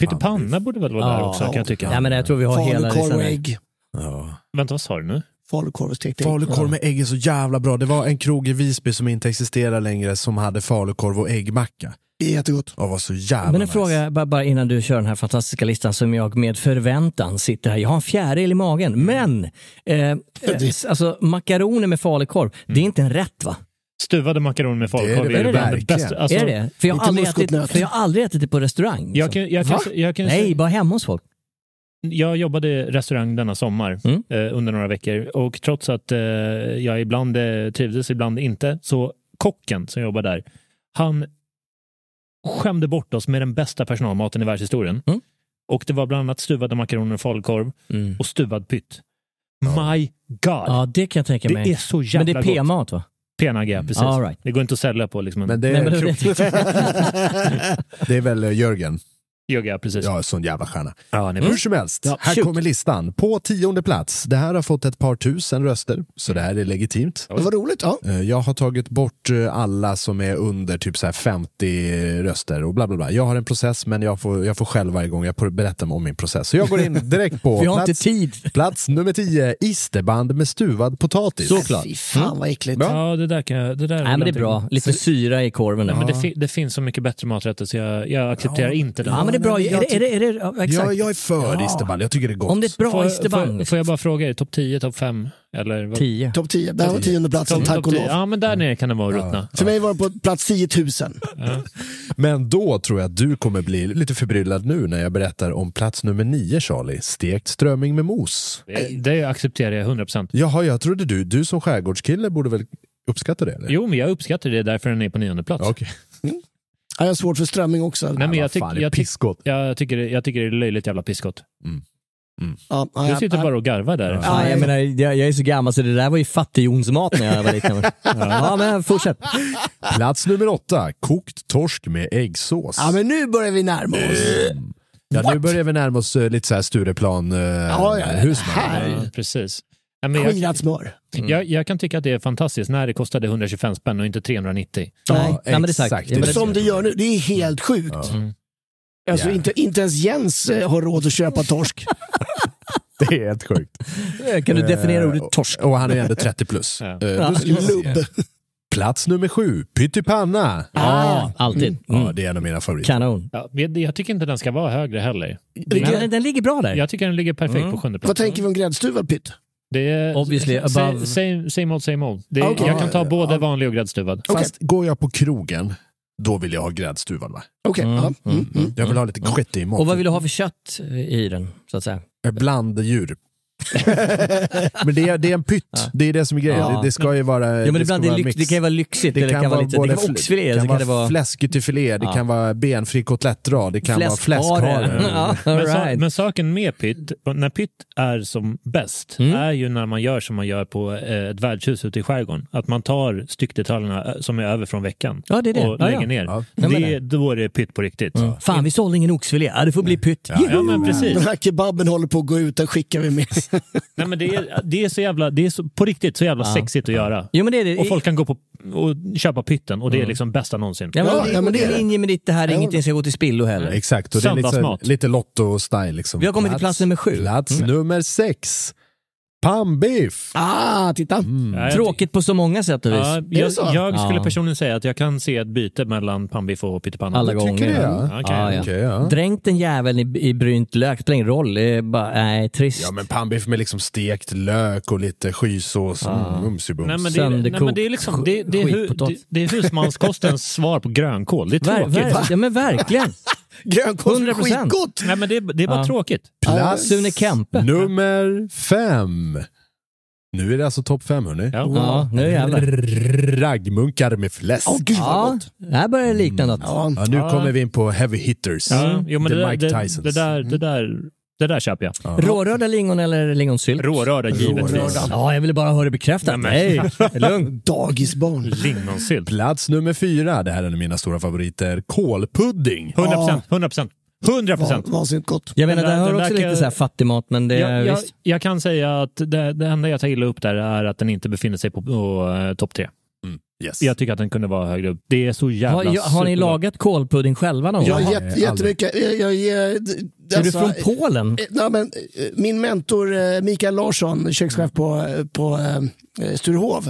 D: Pyttipanna borde väl vara där
B: Ja.
D: också kan jag tycka.
B: Ja, men jag tror vi har hela
C: Falukorv
B: listan.
C: och
B: här.
C: ägg.
A: Ja.
D: Vänta, vad sa du nu?
C: Falukorv och stekt ägg.
A: Falukorv med ägg är så jävla bra. Det var en krog i Visby som inte existerar längre som hade falukorv och äggmacka.
C: Det är jättegott.
A: Och var så jävla
B: Men en
A: nice.
B: fråga bara- bara innan du kör den här fantastiska listan som jag med förväntan sitter här. Jag har en fjäril i
D: Mm.
B: magen, men eh, eh, s- alltså makaroner med falukorv, det är
D: Mm.
B: inte en rätt va?
D: Stuvade makaroner med
A: det
D: falukorv är det bland det
A: verkligen.
D: bästa. Alltså,
B: är det för jag, har
C: inte
B: aldrig ätit,
C: muskotnöt.
B: för jag har aldrig ätit det på restaurang.
D: Jag,
B: liksom.
D: kan, jag, kan, jag, kan,
B: Nej, bara hemma hos folk.
D: jag jobbade i restaurang denna sommar
B: Mm.
D: eh, under några veckor och trots att eh, jag ibland eh, trivdes, ibland inte, så kocken som jobbar där, han skämde bort oss med den bästa personalmaten i världshistorien.
B: Mm.
D: Och det var bland annat stuvade makaroner och falukorv
B: Mm.
D: och stuvad pytt. My God!
B: Ja, det kan jag tänka
D: det
B: mig.
D: är så jävla
B: men det är
D: gott.
B: p-mat va?
D: PNAG, precis.
B: All right.
D: Det går inte att sälja på liksom en
A: Men det,
B: Nej, men det-
A: det är väl eh, Jörgen.
D: yoga, precis. Mm.
A: Ja, sån jävla stjärna.
D: Ja, nej,
A: Hur som helst,
B: Mm. Ja,
A: här
B: shoot.
A: kommer listan. På tionde plats, det här har fått ett par tusen röster, så det här är legitimt.
C: Det var roligt. Ja.
A: Eh, Jag har tagit bort eh, alla som är under typ så här 50 röster och bla bla bla. Jag har en process men jag får, jag får själv varje gång jag berättar om min process. Så jag går in direkt på
B: Vi har inte
A: plats,
B: tid.
A: plats nummer 10, isterband med stuvad potatis. Mm.
C: Fy fan vad äckligt.
D: Ja, det där kan jag... Det där
B: Nej, men det är bra. Lite syra i korven.
D: Nej,
B: där.
D: men det, fi, det finns så mycket bättre maträtter så jag, jag accepterar inte den.
B: Ja, men det är bra. Är det, är det, är det, ja, exakt.
A: Jag, jag är för
B: Ja.
A: isterband, jag tycker det är gott.
B: Om det är ett bra
D: får,
B: isterband.
D: får, får jag bara fråga er, topp 10, topp 5? Eller vad?
B: Tio.
C: Topp 10. Där var tionde platsen,
D: Topp-
C: tack
D: topp
C: och
D: 10.
C: lov.
D: Ja, men där nere kan det vara ruttna.
C: För mig var det på plats 10 000.
A: Men då tror jag att du kommer bli lite förbryllad nu när jag berättar om plats nummer 9 Charlie, stekt strömming med mos.
D: Det, det accepterar jag 100 procent.
A: Jaha, jag trodde du, du som skärgårdskille borde väl uppskatta det? Eller?
D: Jo, men jag uppskattar det, därför den är på nionde plats.
A: Ja, Okej.
C: Ja, jag har svårt för strömming också.
D: Nej, men
A: Ja,
D: jag,
A: vad
D: tyck,
A: fan, det är
D: jag, tyck,
A: pissgott.
D: jag, tycker, det- jag tycker det är löjligt jävla pissgott.
C: Ja, ja,
D: Du
C: ja,
D: sitter
C: ja.
D: bara och garvar där.
B: Ja, jag, menar, jag, jag är så gammal så det där var ju fattighjonsmat när jag var liten. Ja, men fortsätt.
A: Plats nummer åtta, kokt torsk med äggsås. Mm.
C: Ja, men nu börjar vi närma oss.
A: Ja, nu börjar vi närma oss eh, lite så här Stureplan eh,
C: Ja, ja,
A: husman.
D: Ja, precis. Ja, men jag, Mm.
C: Skirat smör.
D: jag, jag kan tycka att det är fantastiskt när det kostade 125 spänn och inte 390.
B: Nej, nej, men det är sagt.
A: exakt.
B: Ja, men det-
C: Som du gör nu, det är helt sjukt.
D: Mm.
C: Alltså,
A: Ja.
C: inte, inte ens Jens eh, har råd att köpa torsk.
A: Det är helt sjukt.
B: Kan du definiera
A: Eh,
B: ordet torsk?
A: Och han är ändå 30 plus.
D: Ja.
A: Eh, då ska vi se.
C: Lubb.
A: Plats nummer sju, pyttipanna.
B: Ah, Ja, alltid.
A: Ja,
B: Mm.
A: det är en av mina favoriter.
B: Kanon.
D: Ja, jag, jag tycker inte den ska vara högre heller.
B: Men den, den ligger bra där.
D: Jag tycker den ligger perfekt på sjunde plats.
C: Vad tänker vi om gräddstuvad pytt?
D: Det är,
B: Obviously
D: sa-
B: above-
D: Same, same old, same old. Det,
C: Okej.
D: Jag kan ta både vanlig och gräddstuvad.
A: Fast går jag på krogen, då vill jag ha gräddstuvad va?
C: Okej. ja. Mm. Mm.
A: Jag vill ha lite skit i maten.
B: eh, Och vad vill du ha för kött i den, så att säga?
A: Blanddjur. Men det är, det är en pytt. Det är det som är grejen.
B: Ja.
A: Det, det ska ju vara...
B: Ja, men
A: ska
B: ibland det, är
A: vara
B: lyx,
A: mix.
B: det kan ju vara lyxigt, eller det kan vara lite, det
A: både
B: kan vara
A: fl-
B: oxfilé,
A: det
B: eller så kan det vara
A: fläskyttefiléer, det
B: Ja.
A: kan vara benfri kotlettrad, det kan vara fläskhare.
B: Ja, all
D: Men, sa-
B: right.
D: men saken med pytt, när pytt är som bäst,
B: Mm.
D: är ju när man gör som man gör på eh, ett värdshus ute i skärgården. Att man tar styckdetaljerna eh, som är över från veckan
B: Ja, det är det.
D: och
B: Ja,
D: lägger
B: ja.
D: ner.
A: Ja.
B: Ja, men
D: Det, då är det pytt på riktigt.
B: Mm. Fan, vi sålde ingen oxfilé. Ja, det får bli pytt.
D: Ja, men precis.
C: Den här kebaben håller på att gå ut, den skickar vi med.
D: Nej, men det, är, det är så jävla, det är så, på riktigt så jävla sexigt att göra.
B: Jo, men det är det.
D: Och folk kan gå på och köpa pytten och det är liksom bästa någonsin.
B: Ja, men,
C: Ja,
B: det,
C: ja, men
B: det
C: det
B: är
C: är
B: i
C: det.
B: linje med ditt, det här är
C: Ja.
B: ingenting som går till spillo heller.
A: Exakt, och det är lite,
D: Söndagsmat. Mm.
A: lite Lotto-style. Liksom.
B: Vi har kommit till plats nummer sju.
A: Plats nummer sex. Pannbiff! Mm.
C: Ah, titta!
D: Ja, jag-
B: Tråkigt på så många sätt och vis.
D: Ja,
C: det
D: jag,
C: så?
D: jag skulle
B: Ja.
D: personligen säga att jag kan se ett byte mellan pannbiff och pyttipanna.
B: Alla
D: Men-
B: gånger.
A: Tycker du det?
D: Ja, okej.
B: Ja, ja.
A: Okej, ja.
B: Dränk den jäveln i, i brynt lök, spelar ingen roll. Det är bara, nej, trist.
A: Ja, men pannbiff med liksom stekt lök och lite skysås.
B: Ah.
A: Mm, umsibums.
D: Nej men, det är, nej men det är liksom, det, det, är, hu, det,
B: Skitpotatis.
D: det är husmanskostens svar på grönkål. Det är
B: Ver,
D: tråkigt.
B: ver, ja, men verkligen.
C: Grönkål,
B: 100%.
C: skitgott!
D: Nej men det, är- det är bara tråkigt.
A: Plats
B: Sune Kempe.
A: nummer fem. Nu är det alltså topp fem, hörni.
D: Ja.
B: Ja, nu jävlar.
A: Raggmunkar med fläsk.
C: Åh gud vad
B: Ja,
C: gott!
B: här börjar det likna något.
C: Ja.
A: Ja, nu
D: Ja.
A: kommer vi in på heavy hitters.
D: Ja,
B: Mm.
D: jo, men
A: The
D: det, där,
A: Mike
D: det,
A: Tysons.
D: det, där, det, där, det där köper jag.
B: Rårörda lingon eller lingonsylt?
D: Rårörda givetvis.
C: Rårörda.
B: Ja, jag ville bara höra det bekräftat. Nej, det är lugnt.
C: Dagisbarn.
D: Lingonsylt.
A: Plats nummer fyra, det här är en av mina stora favoriter, kålpudding.
D: 100 procent. 100 procent. 100 procent.
C: Vansinnigt gott.
B: Jag menar,
D: Den
B: det
D: där-
B: här har
D: den
B: också
D: där kan-
B: lite så här fattigmat, men det
D: Jag,
B: är
D: jag,
B: visst.
D: jag kan säga att det, det enda jag tar illa upp där är att den inte befinner sig på, på eh, topp tre.
A: Yes.
D: Jag tycker att den kunde vara högre upp. Det är så jävla
B: Har, har ni
D: superbra.
B: lagat kålpudding själva någon
C: Jag
B: gång?
C: har
A: Jaha.
C: jätte, jättemycket. Jag, jag, jag,
B: Är du från
D: alltså,
B: Polen?
C: Eh, Nej, men, eh, min mentor eh, Mikael Larsson, kökschef på, eh, på eh, Sturehof.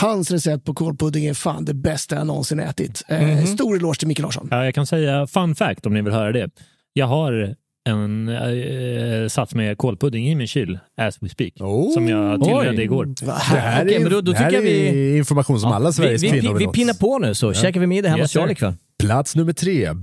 C: Hans recept på kålpudding är fan det bästa jag någonsin ätit. Eh,
B: Mhm.
C: Stor eloge till Mikael Larsson.
D: Ja, jag kan säga fun fact om ni vill höra det. Jag har en eh, sats med kålpudding i min kyl, as we speak,
A: Oh.
D: som jag tillredde
B: Oj.
D: igår.
A: Det här
B: Okej,
A: är,
B: men då- då
A: det här
B: tycker jag
A: är information som alla
B: Vi,
A: Sveriges
B: vi,
A: kvinnor
B: vi,
A: vill
B: vi
A: åt.
B: pinnar på nu så käkar vi middag hemma
D: Yes,
B: hos Charlie
D: sir.
B: ikväll.
A: Plats nummer tre,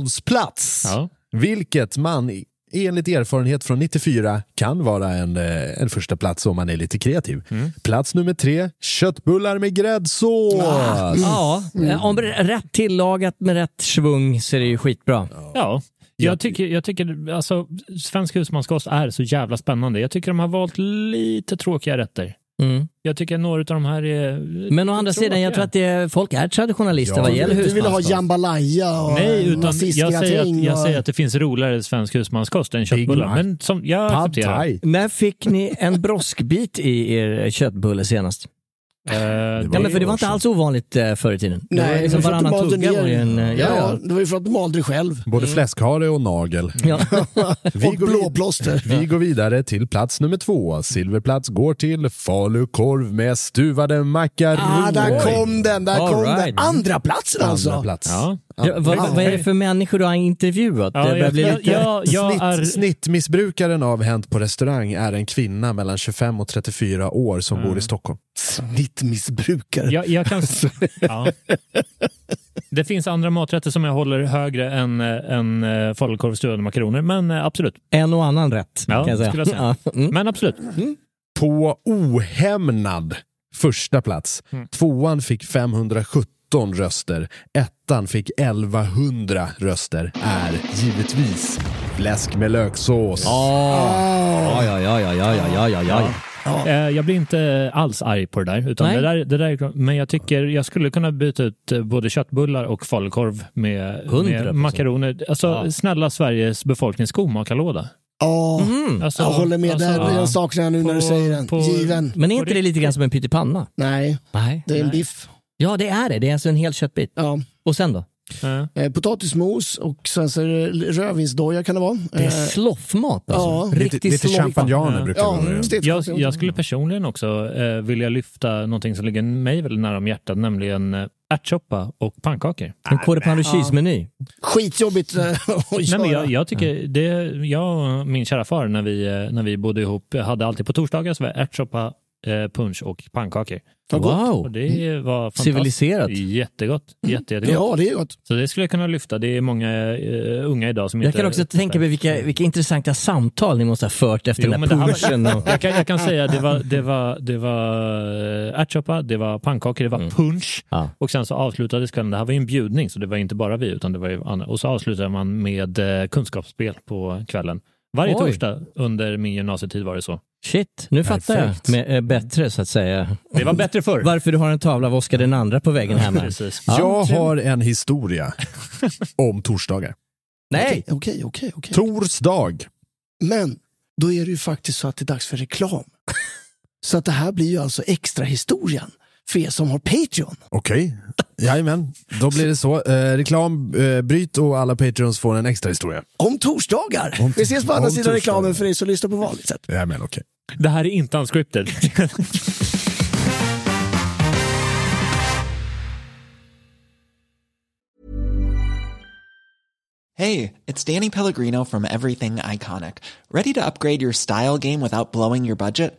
A: bronsplats.
D: Ja.
A: Vilket man i- enligt erfarenhet från 94 kan vara en, eh, en första plats om man är lite kreativ. Plats nummer tre, köttbullar med gräddsås.
B: Ja,
D: Mm.
B: eh, om r- rätt tillagat med rätt svung så är det ju skitbra.
D: Ja. Jag tycker, jag tycker alltså, svensk husmanskost är så jävla spännande. Jag tycker de har valt lite tråkiga rätter.
B: Mm.
D: Jag tycker några av de här är...
B: Men å andra sidan, jag tror att det är, folk är traditionalister
A: Ja,
B: vad
A: du-
B: gäller
C: Du ville ha
B: husmanskost.
C: jambalaya och
D: Nej, utan jag säger, att,
C: nazistgratäng
D: jag
C: och-
D: säger att det finns roligare svensk husmanskost än köttbullar.
A: Mac.
D: Men som jag
A: Pad
D: accepterar.
A: thai.
B: När fick ni en broskbit i er köttbulle senast?
D: Eh,
A: var-
B: Ja, men för det var
A: år
B: inte
A: sedan.
B: alls ovanligt eh, förr i tiden. Det var
C: Nej,
B: liksom
C: det var för att
B: varannan
C: du malde
B: tugga
C: ner-
B: var ju en... eh,
C: Ja,
B: Ja,
C: ja, det var ju för att du malde dig själv. Mm.
A: Både fläskhare och nagel.
B: ja. ja.
A: Vi
C: och
A: går vid-
C: blåplåster.
A: Vi går vidare till plats nummer två. Silverplats går till falukorv med stuvade makaroner.
C: Ah, där kom den, där
B: All
C: kom
B: right.
C: den. Andra platsen alltså.
A: Andra plats.
D: Ja.
B: Ja, vad, vad är det för människor du har intervjuat?
D: Ja,
B: det börjar
D: jag,
B: bli
D: jag,
B: lite...
D: jag, jag
A: Snitt,
D: är...
A: Snittmissbrukaren av Hänt på restaurang är en kvinna mellan 25 och 34 år som
B: Mm.
A: bor i Stockholm.
C: Snittmissbrukare.
D: Jag, jag kan... ja. Det finns andra maträtter som jag håller högre än, eh, än eh, falukorv, stuvade makaroner, men eh, absolut.
B: En och annan rätt,
D: Ja,
B: kan jag säga.
D: skulle jag säga.
B: Ja. Mm.
D: Men absolut.
A: På ohämnad första plats. Tvåan fick 517 röster. Ettan fick 1100 röster. Är givetvis fläsk med löksås.
C: Ah.
B: Ja, ja, ja, ja, ja, ja, ja, ja.
D: Eh, Jag blir inte alls arg på det där. Utan
B: Nej.
D: det där, det där är, men jag tycker jag skulle kunna byta ut eh, både köttbullar och falukorv med,
B: 100%.
D: med makaroner. Alltså,
B: Ja.
D: Snälla Sveriges befolkning, skomakarlåda.
C: Ja,
B: Mm.
D: Alltså,
C: jag håller med.
D: alltså,
C: där
D: ja.
C: den saknar jag nu när du
D: På-
C: säger den.
D: på-
C: Given.
B: Men är inte det lite grann som en pyttipanna?
C: Nej,
B: Nej.
C: det är en biff.
B: Ja, det är det. Det är alltså en hel köttbit.
C: Ja.
B: Och sen då?
D: Eh,
C: Eh, potatismos och sen så är det rödvinsdoja kan det vara.
B: Det är
C: Eh,
B: sloffmat alltså.
C: ja.
A: Lite,
B: Riktigt
A: lite
B: sloffmat.
A: champagner brukar det
C: ja,
A: vara.
C: stekt
D: Mm. Jag,
C: potatis.
D: jag skulle personligen också eh, vilja lyfta någonting som ligger mig väldigt nära om hjärtat, nämligen eh, ärtsoppa och pannkakor.
B: En kåre pan och meny
C: Skitjobbigt eh, att
D: Nej,
C: göra.
D: men jag, jag, tycker det, jag och min kära far, när vi, eh, när vi bodde ihop, hade alltid på torsdagar så var det ärtsoppa, eh, punsch och pannkakor.
C: Vad gott.
D: Och
B: Wow!
D: det var fantastiskt.
B: Civiliserat. Mm.
D: Jättegott. Jätte, jättegott.
C: Ja, det är gott.
D: Så det skulle jag kunna lyfta. Det är många eh, unga idag som
B: Jag
D: inte...
B: kan också tänka mig vilka, vilka intressanta samtal ni måste ha fört efter
D: Jo,
B: den
D: men
B: här
D: det här-
B: pushen. Och...
D: Jag kan, jag kan säga det var, det var, det var eh, ärtsoppa, det var pannkakor, det var punch
B: Mm. Ja.
D: och sen så avslutades kvällen, det här var ju en bjudning så det var ju inte bara vi utan det var ju andra. Och så avslutade man med eh, kunskapsspel på kvällen. Varje
B: Oj.
D: torsdag under min gymnasietid var det så.
B: Shit, nu fattar
A: Perfekt.
B: jag med, eh, bättre så att säga.
D: Det var bättre förr.
B: Varför du har en tavla av Oscar den andra på väggen hemma.
D: Precis.
A: Jag har en historia om torsdagar.
B: Nej!
C: Okej, okej, okej.
A: Torsdag.
C: Men då är det ju faktiskt så att det är dags för reklam. så att det här blir ju alltså extra historien för er som har Patreon.
A: Okej. Jajamän. Då blir det så. Eh, reklam, eh, bryt och alla Patreons får en extra historia.
C: Om torsdagar!
A: Om-
C: Vi ses på
A: om
C: andra sidan
A: torsdagar.
C: reklamen för er som lyssnar på vanligt sätt.
A: Jajamän, okej.
D: Det här är inte unscripted.
E: Hey, it's Danny Pellegrino from Everything Iconic. Ready to upgrade your style game without blowing your budget?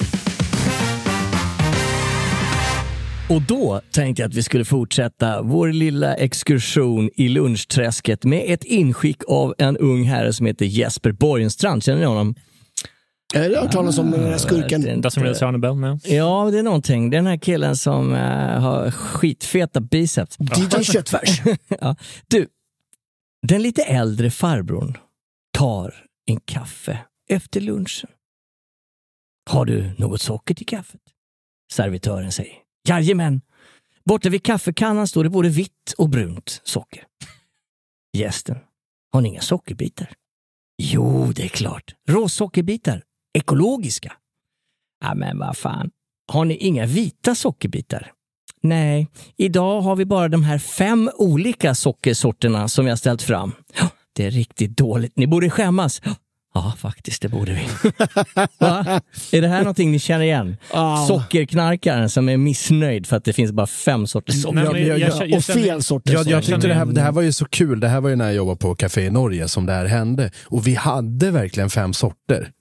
B: Och då tänkte jag att vi skulle fortsätta vår lilla exkursion i lunchträsket med ett inskick av en ung herre som heter Jesper Borgenstrand. Känner ni honom?
C: Är det hört talas om den där
A: Eh,
C: skurken?
B: inte.
D: Doesn't really sound a bell now.
B: Ja, det är någonting. Den här killen som eh, har skitfeta biceps.
C: DJ Köttfärs.
B: ja. Du, den lite äldre farbrorn tar en kaffe efter lunchen. Har du något socker till kaffet? Servitören säger. Jajamän. Borta vid kaffekannan står det både vitt och brunt socker. Gästen. Har ni inga sockerbitar? Jo, det är klart. Råsockerbitar. Ekologiska. Ja, men vad fan. Har ni inga vita sockerbitar? Nej, idag har vi bara de här fem olika sockersorterna som jag ställt fram. Ja, Det är riktigt dåligt. Ni borde skämmas. Ja, faktiskt, det borde vi. Va? Är det här någonting ni känner igen?
C: Ja.
B: Sockerknarkaren som är missnöjd för att det finns bara fem sorters socker.
D: Nej,
A: jag-
D: men
A: jag-
D: jag- jag
C: och
D: känner-
C: fel sorters
A: Jag, jag
D: jag
A: tyckte
D: känner
A: det här,
D: igen-
A: det här var ju så kul. Det här var ju när jag jobbade på Café i Norge som det här hände. Och vi hade verkligen fem sorter.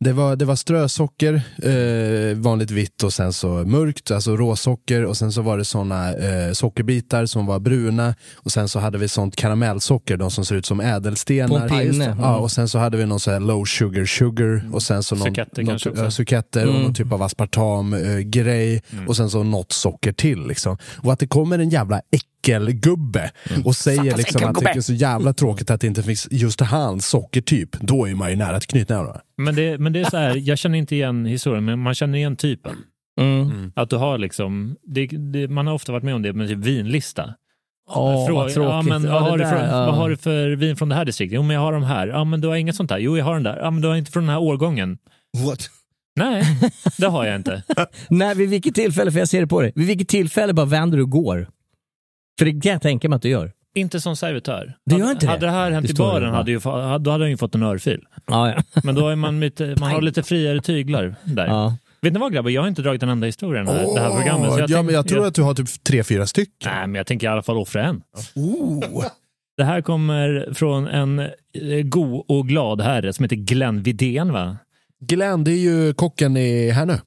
A: Det var, det var strösocker, eh, vanligt vitt och sen så mörkt, alltså råsocker och sen så var det såna eh, sockerbitar som var bruna och sen så hade vi sånt karamellsocker, de som ser ut som
B: På
A: ädelstenar.
B: en pinne.
A: Ja, just det.
B: Mm.
A: Ja, och sen så hade vi någon sån här low sugar sugar och sen så någon,
D: Suketter
A: någon,
D: kanske också.
A: ja, suketter och
D: Mm.
A: någon typ av aspartam eh, grej och sen så något socker till liksom. Och att det kommer en jävla äckelgubbe
D: Mm.
A: och säger
F: Satans
A: liksom att det
F: äckelgubbe.
A: är så jävla tråkigt att det inte finns just hans sockertyp, då är man ju nära att knyta nävarna.
D: Men det, men det är så här, jag känner inte igen historien, men man känner igen typen.
B: Mm.
A: Mm.
D: Att du har liksom, det, det, man har ofta varit med om det med typ vinlista.
B: Åh,
D: Fråga-
B: vad tråkigt.
D: Ja, men, vad,
B: Ja, det
D: har du för,
B: där, ja.
D: vad har du för vin från det här distriktet? Jo, men jag har de här. Ja, men du har inget sånt här. Jo, jag har den där. Ja, men du har inte från den här årgången.
C: What?
D: Nej, det har jag inte.
B: Nej, vid vilket tillfälle, för jag ser det på dig, vid vilket tillfälle bara vänder du och går? För det kan jag tänka mig att du gör.
D: Inte som servitör.
B: Det gör
D: Hade-
B: inte det.
D: Hade det här hänt
B: Det
D: i
B: står det,
D: baren
B: va?
D: hade ju, fa- då hade han ju fått en örfil. Men då är man, lite, man har lite friare tyglar där. Vet ni vad grabbar, jag har inte dragit en enda historia i den här, det här programmet. så
A: ja,
D: tänk-
A: men jag tror att du har typ tre, fyra stycken.
D: Nej, men jag tänker i alla fall offra en. Det här kommer från en eh, god och glad herre som heter Glenn Vidén, va?
A: Glenn, det är ju kocken i Härnö.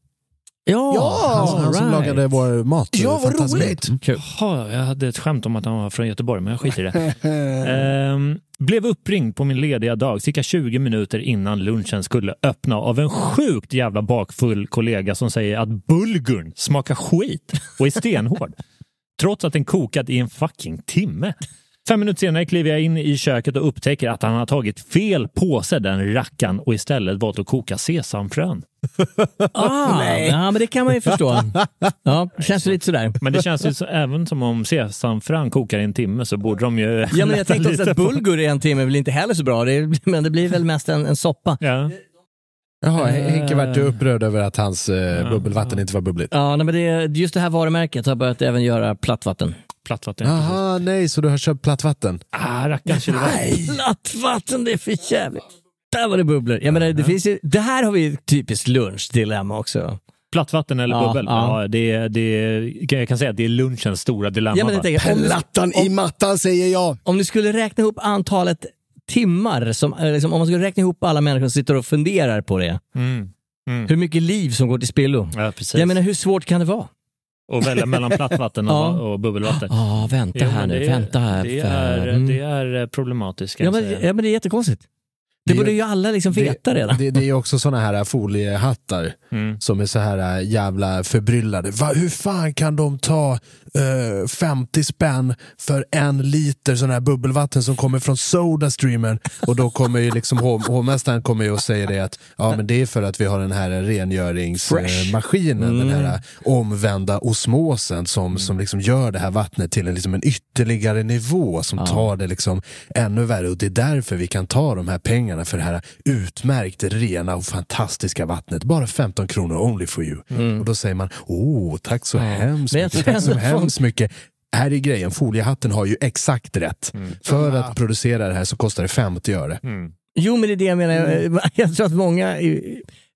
B: Ja,
A: han, han som lagade vår mat. Fantastiskt. Mm.
D: Jaha, jag hade ett skämt om att han var från Göteborg, men jag skiter i det. Ehm, blev uppringd på min lediga dag cirka 20 minuter innan lunchen skulle öppna av en sjukt jävla bakfull kollega som säger att bulgurn smakar skit och är stenhård. trots att den kokat i en fucking timme. Fem minuter senare kliver jag in i köket och upptäcker att han har tagit fel påse, den rackan, och istället valt att koka sesamfrön.
B: Ah, ja, men det kan man ju förstå. Ja, det känns ju lite sådär.
D: Men det känns ju så, även som om sesamfrön kokar i en timme så borde de ju...
B: Ja, men
D: lätta
B: jag tänkte också
D: lite
B: att
D: på-
B: bulgur i en timme är väl inte heller så bra, det är, men det blir väl mest en, en soppa.
D: Ja.
A: Jaha, Henke vart ju
D: Eh.
A: upprörd över att hans eh, bubbelvatten inte var bubbligt.
B: Ja, nej, men det, just det här varumärket har börjat även göra plattvatten.
D: Plattvatten,
A: Jaha, nej, så du har köpt platt vatten?
D: Ah, rackarns
B: Nej, plattvatten, det är för jävligt. Där var det bubblor. Jag menar, det, finns ju, det här har vi ju ett typiskt lunchdilemma också.
D: Plattvatten eller
B: Ja,
D: bubbel?
B: ja.
D: Ja. det är, det är, jag kan säga att det är lunchens stora dilemma.
B: Ja, men det
D: va?
B: tänker jag, om-
C: Plattan i mattan säger jag.
B: Om du skulle räkna ihop antalet timmar, som, eh, liksom, om man skulle räkna ihop alla människor som sitter och funderar på det.
D: Mm. Mm.
B: Hur mycket liv som går till spillo.
D: Ja, precis.
B: Jag menar, hur svårt kan det vara?
D: och välja mellan plattvatten och,
B: Ja.
D: och bubbelvatten.
B: Ja, Ah, vänta
D: Jo,
B: här
D: men
B: nu,
D: det är-
B: vänta här.
D: Det
B: för-
D: är,
B: mm.
D: det är eh, problematiskt. kan
B: ja,
D: jag
B: men,
D: säga.
B: ja, men det är jättekonstigt. Det,
A: Det-
B: borde ju alla liksom veta
A: det,
B: redan.
A: Det, det är också såna här foliehattar
C: Mm.
A: som är så här äh, jävla förbryllade. Va, hur fan kan de ta eh, 50 spänn för en liter sån här bubbelvatten som kommer från Sodastreamen? Och då kommer ju liksom hov- hovmästaren kommer ju och säger det att ja men det är för att vi har den här
B: Fresh.
A: rengöringsmaskinen, den
B: Mm.
A: här omvända osmosen som, som liksom gör det här vattnet till en, liksom en ytterligare nivå som tar det liksom ännu värre och det är därför vi kan ta de här pengarna för det här utmärkt rena och fantastiska vattnet. Bara 15 kronor only for you. Och då säger man, åh tack så hemskt
B: Men jag
A: mycket,
B: tror
A: tack så
B: ändå folk-
A: hemskt mycket. Här är grejen, foliehatten har ju exakt rätt. För att producera det här så kostar det 50 öre.
B: Jo, men det är det jag menar.
D: Mm.
B: Jag tror att många eh,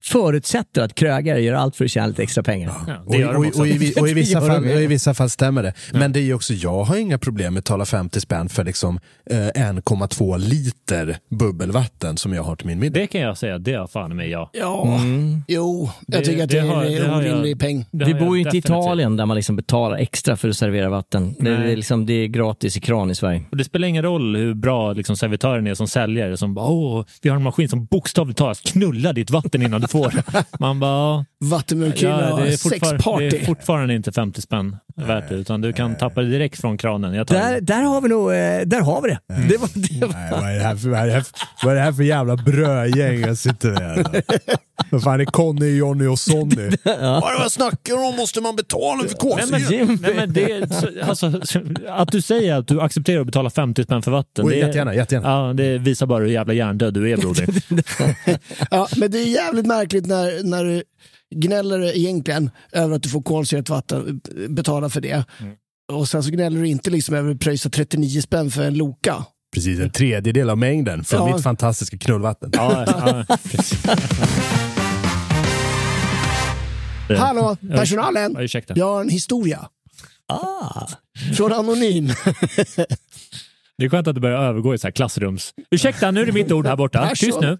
B: förutsätter att krögare gör allt för att tjäna lite extra pengar.
A: Och, i- och, i- och, i, vi- och, i
B: Det
A: vissa
B: gör
A: fall,
B: de ju.
A: och i vissa fall stämmer det. Men det är ju också, jag har inga problem med att betala 50 spänn för liksom, eh, 1,2 liter bubbelvatten som jag har till min middag.
D: Det kan jag säga, det har fan med jag.
C: Ja, Mm. jo. Jag
D: Det-
C: tycker att
D: det
C: det,
D: har-
C: är
D: det
C: en
D: har jag-
C: orimlig peng.
D: det
B: Vi
D: har
B: bor
D: jag
B: ju inte i
D: definitivt.
B: Italien där man liksom betalar extra för att servera vatten. Det är,
D: Nej.
B: liksom, det är gratis i kran i Sverige.
D: Och det spelar ingen roll hur bra liksom, servitören är som säljare som bara åh, vi har en maskin som bokstavligt talat knullar ditt vatten innan du får det. Man bara "Ja,
C: Vattenmurkina,
D: ja, det, är fortfar-
C: sexparty.
D: det är fortfarande inte 50 spänn värt det, utan du kan tappa det direkt från kranen. Jag tar det.
B: Där, där har vi nog, eh, där har vi det.
D: Mm.
B: det, var, det var.
A: Nej, vad, är det här för, vad, är det här för, vad är det här för jävla brödgäng jag sitter med? Vad fan är Conny, Johnny och Sonny? Vad är det snackar om? Måste man betala för
D: Nej, men, nej, men det, så- alltså, så- att du säger att du accepterar att betala 50 spänn för vatten.
A: Oj,
D: det, är-
A: jättegärna, jättegärna.
D: Ja, det visar bara hur jävla hjärndöd du är broder.
C: Ja, men det är jävligt märkligt när, när du gnäller egentligen över att du får kolsyrat vatten, betala för det. Och sen så gnäller du inte liksom över att pröjsa 39 spänn för en Loka.
A: Precis, en tredjedel av mängden från
C: Ja.
A: mitt fantastiska knullvatten.
D: ja, ja.
C: Hallå,
D: Ja,
C: personalen!
D: ja, ursäkta. Ah.
C: Jag har en historia. Från Anonym.
D: Det är skönt att det börjar övergå i så här klassrums... Ursäkta, nu är det mitt ord här borta. Tyst nu.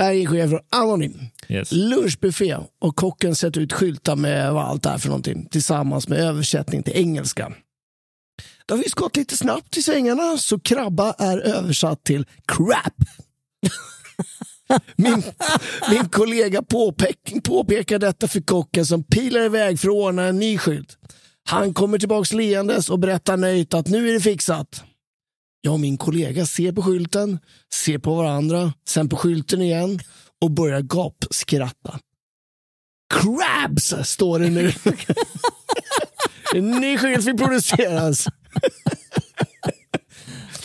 C: Här är chefen Anonym.
D: Yes.
C: Lunchbuffé och kocken sätter ut skyltar med vad allt är för någonting tillsammans med översättning till engelska. Det har vi skott lite snabbt i sängarna så krabba är översatt till crap. Min, min kollega påpek, påpekar detta för kocken som pilar iväg för att ordna en ny skylt. Han kommer tillbaks leendes och berättar nöjt att nu är det fixat. Jag och min kollega ser på skylten, ser på varandra, sen på skylten igen och börjar gapskratta. Crabs står det nu. en ny skylt vi produceras.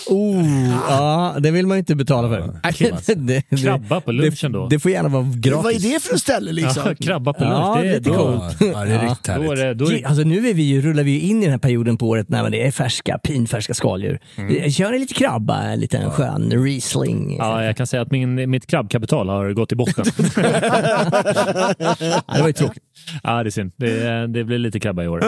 B: Oh, ja, det vill man ju inte betala för. Det- det-
D: Krabba på lunchen då.
B: Det får gärna vara gratis.
C: Vad är det för ställe liksom?
D: Ja, krabba på lunch,
B: Ja,
D: det är
B: lite
D: då-
B: coolt.
D: Ja, det är riktigt härligt. Då är det- då är det-
B: Alltså, nu är vi ju, rullar vi ju in i den här perioden på året när man- det är färska, pinfärska skaldjur. Eh,
D: Mm.
B: Kör en lite krabba, en liten skön riesling.
D: Ja, jag kan säga att min, mitt krabbkapital har gått i botten.
B: det var ju tråkigt.
D: Ja, det är synd. Det, det blir lite krabba i år.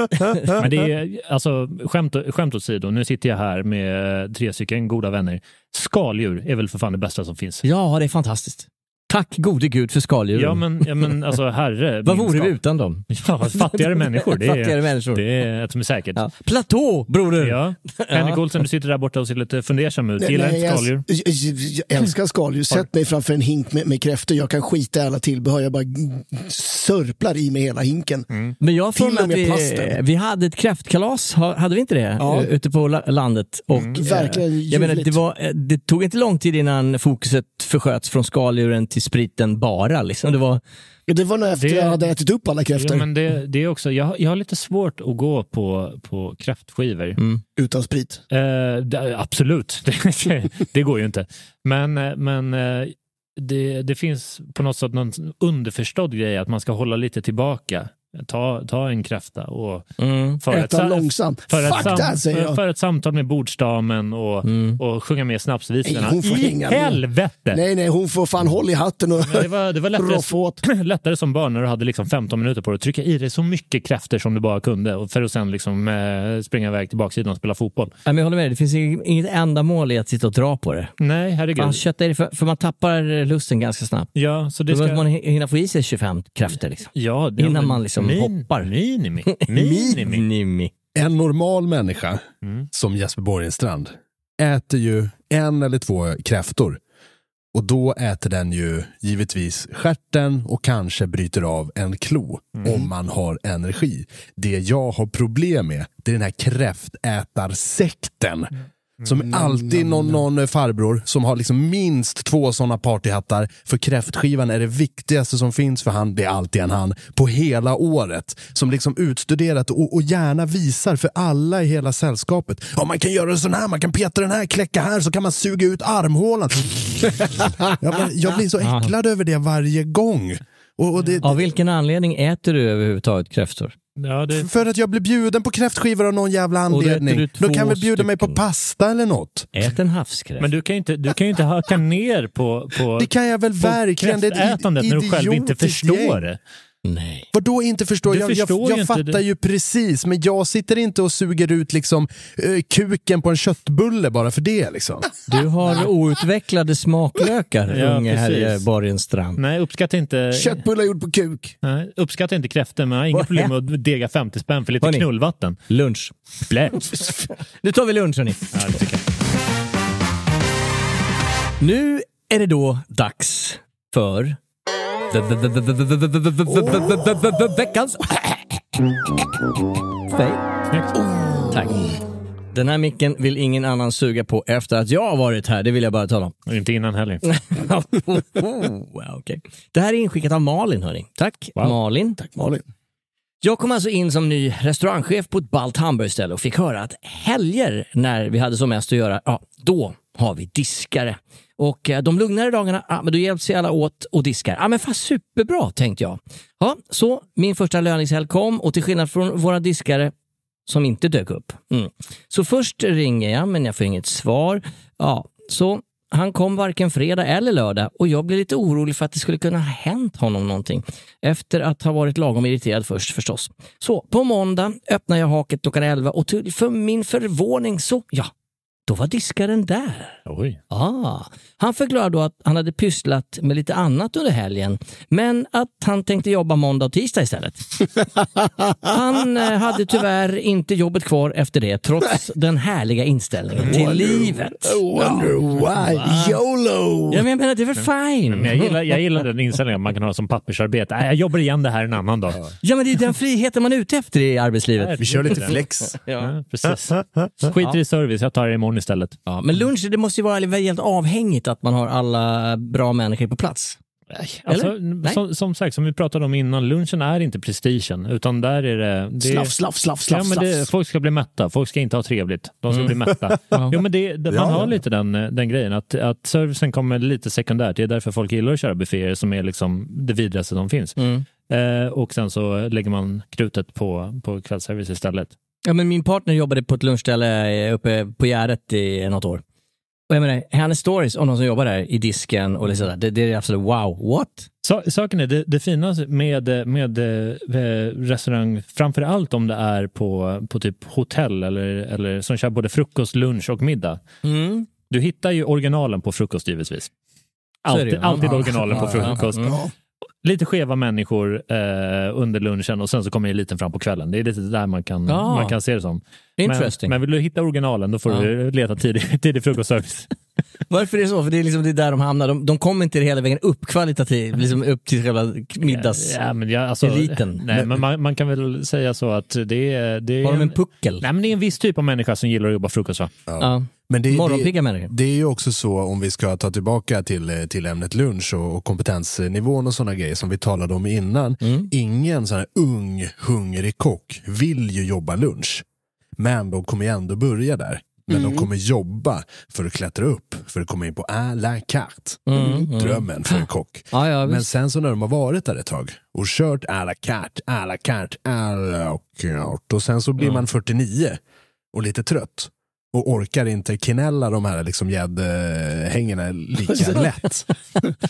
D: Men det är, alltså, skämt, skämt åsido, nu sitter jag här med tre stycken goda vänner. Skaldjur är väl för fan det bästa som finns.
B: Ja, det är fantastiskt. Tack gode gud för skaldjuren.
D: Ja, men, ja, men alltså herre.
B: Vad vore vi
D: minskap.
B: utan dem?
D: Ja, fattigare människor. Det är,
B: Fattigare människor.
D: Det är ett som är säkert.
B: Platå, broder!
D: Ja. Henrik
B: Ja.
D: Olsson, du sitter där borta och ser lite fundersam ut. Gillar
C: Nej,
D: inte
C: jag-
D: skaldjur.
C: Jag, jag, jag älskar skaldjur. Sätt mig framför en hink med, med kräftor. Jag kan skita i alla tillbehör. Jag bara g- sörplar i mig hela hinken.
D: Mm.
B: Men jag har för
C: Till
B: mig
C: och med
B: att vi,
C: pasten.
B: vi hade ett kräftkalas, Ha- hade vi inte det? Ja.
C: Ja.
B: Ute på la- landet. Och,
C: Mm. Verkligen
B: eh, jag menar, det,
C: ljuvligt.
B: var, eh, det tog inte lång tid innan fokuset försköts från skaldjuren till spriten bara. Liksom. Det var,
C: Det var nog efter
D: Det-
C: jag hade ätit upp alla kräftor.
D: Ja, men det, det är också, jag, har- jag har lite svårt att gå på, på kräftskivor.
B: Mm.
C: Utan sprit.
D: Eh, det, absolut, det, det går ju inte. Men, eh, men eh, det, det finns på något sätt någon underförstådd grej att man ska hålla lite tillbaka. Ta, ta en kräfta och föra
C: Äta
D: sa-
C: långsamt.
D: föra
C: Fuck
D: sam-
C: that, säger jag.
D: föra ett samtal med bordsdamen och, och sjunga med snapsvisorna.
C: Nej, hon får
D: I
C: hänga med.
D: helvete!
C: Nej, nej, hon får fan håll i hatten och
D: Men det var, det var
C: roff åt.
D: lättare, lättare som barn när du hade liksom 15 minuter på dig att trycka i dig så mycket kräftor som du bara kunde och för att sen liksom, eh, springa iväg till baksidan och spela fotboll.
B: Nej, men jag håller med dig, det finns ing- inget ändamål i att sitta och dra på det.
D: Nej, herregud.
B: Man köttar i det för, för man tappar eh, lusten ganska snabbt.
D: Ja, så det
B: Då
D: ska...
B: behöver man hin- hinna få i sig 25 kräftor. Liksom.
D: Ja, det-
B: Innan man liksom
D: min-
B: hoppar.
D: Minimi.
B: Minimi.
A: En normal människa, som Jesper Borgenstrand, äter ju en eller två kräftor. Och då äter den ju givetvis stjärten och kanske bryter av en klo om man har energi. Det jag har problem med, det är den här kräftätarsekten. Som är alltid någon, någon farbror som har liksom minst två sådana partyhattar. För kräftskivan är det viktigaste som finns för han, det är alltid en han, på hela året. Som liksom utstuderat och, och gärna visar för alla i hela sällskapet. Ja, man kan göra sån här, man kan peta den här, kläcka här, så kan man suga ut armhålan. jag, bara- jag blir så äcklad över det varje gång. Och, och det,
B: Av vilken anledning äter du överhuvudtaget kräftor?
D: Ja, det...
A: för att jag blir bjuden på kräftskivor av någon jävla
B: Och då äter
A: anledning.
B: du
A: Då kan
B: två
A: väl bjuda mig på
B: stycken.
A: pasta eller något.
B: Ät en havskräft.
D: Men du kan ju inte, du kan ju inte hacka ner på, på
A: Det kan jag väl verkligen. Det är ett
D: kräftätandet när du själv inte
A: idiotiskt
D: förstår
A: gäng.
D: det.
B: Nej.
A: Vadå inte förstår?
D: Du
A: Jag,
D: förstår
A: jag, jag
D: ju inte
A: fattar
D: det.
A: ju precis, men jag sitter inte och suger ut liksom eh, kuken på en köttbulle bara för det liksom.
B: Du har outvecklade smaklökar,
D: Ja,
B: unge
D: precis.
B: herre Borgenstrand.
D: Nej, uppskatta inte,
C: Köttbullar gjord på kuk.
D: nej, uppskatta inte kräftor, men jag har inga
B: Vad
D: problem med att dega 50 spänn för lite
B: Hörni.
D: knullvatten.
B: Lunch.
D: Blä.
B: Nu tar vi lunch hörni.
D: Ja, det tycker jag.
B: Nu är det då dags för ve- ve- ve- ve- ve- ve- ve- ve- ve- ve- ve- ve- ve- ve- ve- ve- veckans... Nej. Tack. Den här micken vill ingen annan suga på efter att jag har varit här, det vill jag bara tala om.
D: Och Inte innan heller.
B: oh, okay. Det här är inskickat av Malin, hörni. Tack,
D: Wow.
B: Malin.
C: Tack Malin.
B: Jag kom alltså in som ny restaurangchef på ett ballt hamburgerställe och fick höra att helger när vi hade som mest att göra, ja, då har vi diskare. Och eh, de lugnare dagarna, ja, men då hjälps vi alla åt och diskar. Ja, men fast superbra, tänkte jag. Ja, så min första löningshelg kom och till skillnad från våra diskare som inte dök upp. Mm. Så först ringer jag, men jag får inget svar. Ja, så han kom varken fredag eller lördag och jag blev lite orolig för att det skulle kunna ha hänt honom någonting. Efter att ha varit lagom irriterad först förstås. Så på måndag öppnar jag haket klockan 11 och till för min förvåning så, ja, Då var diskaren där.
D: Oj.
B: Ah, han förklarade då att han hade pysslat med lite annat under helgen, men att han tänkte jobba måndag och tisdag istället. Han eh, hade tyvärr inte jobbet kvar efter det, trots den härliga inställningen till livet.
C: Wonder why? YOLO!
B: Ja, men jag menar, det är väl fine?
D: Men jag, gillar, jag gillar den inställningen man kan ha som pappersarbete. Äh, jag jobbar igen det här en annan dag.
B: Ja, men det är ju den friheten man är ute efter i arbetslivet.
D: Vi kör lite flex. Ja, precis. Skiter i service, jag tar det imorgon istället.
B: Ja, men lunch, det måste ju vara helt avhängigt att man har alla bra människor på plats.
D: Alltså,
B: Eller? Nej.
D: som, som sagt, som vi pratade om innan, lunchen är inte prestigen, utan där är det... det
C: Slaff, slaff, slaff, slaff,
D: ja, men det,
C: slaff.
D: Folk ska bli mätta, folk ska inte ha trevligt, de ska bli mätta. Jo, men det, det, man
C: Mm. Ja,
D: har
C: ja.
D: lite den, den grejen, att, att servicen kommer lite sekundärt. Det är därför folk gillar att köra bufféer som är liksom det vidrigaste som finns.
C: Mm.
D: Eh, och sen så lägger man krutet på, på kvällsservice istället.
B: Ja, men min partner jobbade på ett lunchställe eh, uppe på Gärdet i något år. Och jag menar, hennes stories om någon som jobbar där i disken och liksom, där, det, det är absolut wow, what?
D: Sa- Saken är, det, det fina med, med eh, restaurang, framför allt om det är på, på typ hotell eller, eller som kör både frukost, lunch och middag.
B: Mm.
D: Du hittar ju originalen på frukost givetvis.
B: Så är det
D: Alltid,
B: ju.
D: alltid
B: Ja.
D: originalen på
B: Ja, ja,
D: frukost.
B: ja.
D: Lite skeva människor eh, under lunchen och sen så kommer eliten fram på kvällen. Det är lite där man kan,
B: Ja.
D: man kan se det som.
B: Interesting.
D: Men, men vill du hitta originalen då får
B: Ja.
D: du leta tidig, tidig frukostservice.
B: Varför är det så? För det är liksom det är där de hamnar. De, de kommer inte hela vägen upp kvalitativt, liksom upp till själva middags...
D: Ja, men jag, alltså,
B: Eliten.
D: Nej, men man, man kan väl säga så att det är... Det är
B: Har de en puckel?
D: Nej, men det är en viss typ av människa som gillar att jobba frukost. Va?
B: Ja.
A: Men det,
B: Morgonpigga
A: det,
B: människor.
A: det är ju också så om vi ska ta tillbaka till, eh, till ämnet lunch och, och kompetensnivån och sådana grejer som vi talade om innan.
B: Mm.
A: Ingen sån här ung, hungrig kock vill ju jobba lunch. Men de kommer ju ändå börja där. Men
B: Mm.
A: de kommer jobba för att klättra upp, för att komma in på à la carte.
B: Mm,
A: Drömmen för en kock.
B: Ja, ja,
A: Men
B: visst.
A: sen så när de har varit där ett tag och kört à la carte, à la carte, à la carte och sen så blir
B: Mm.
A: man 49 och lite trött och orkar inte knälla de här liksom gäddhängena lika lätt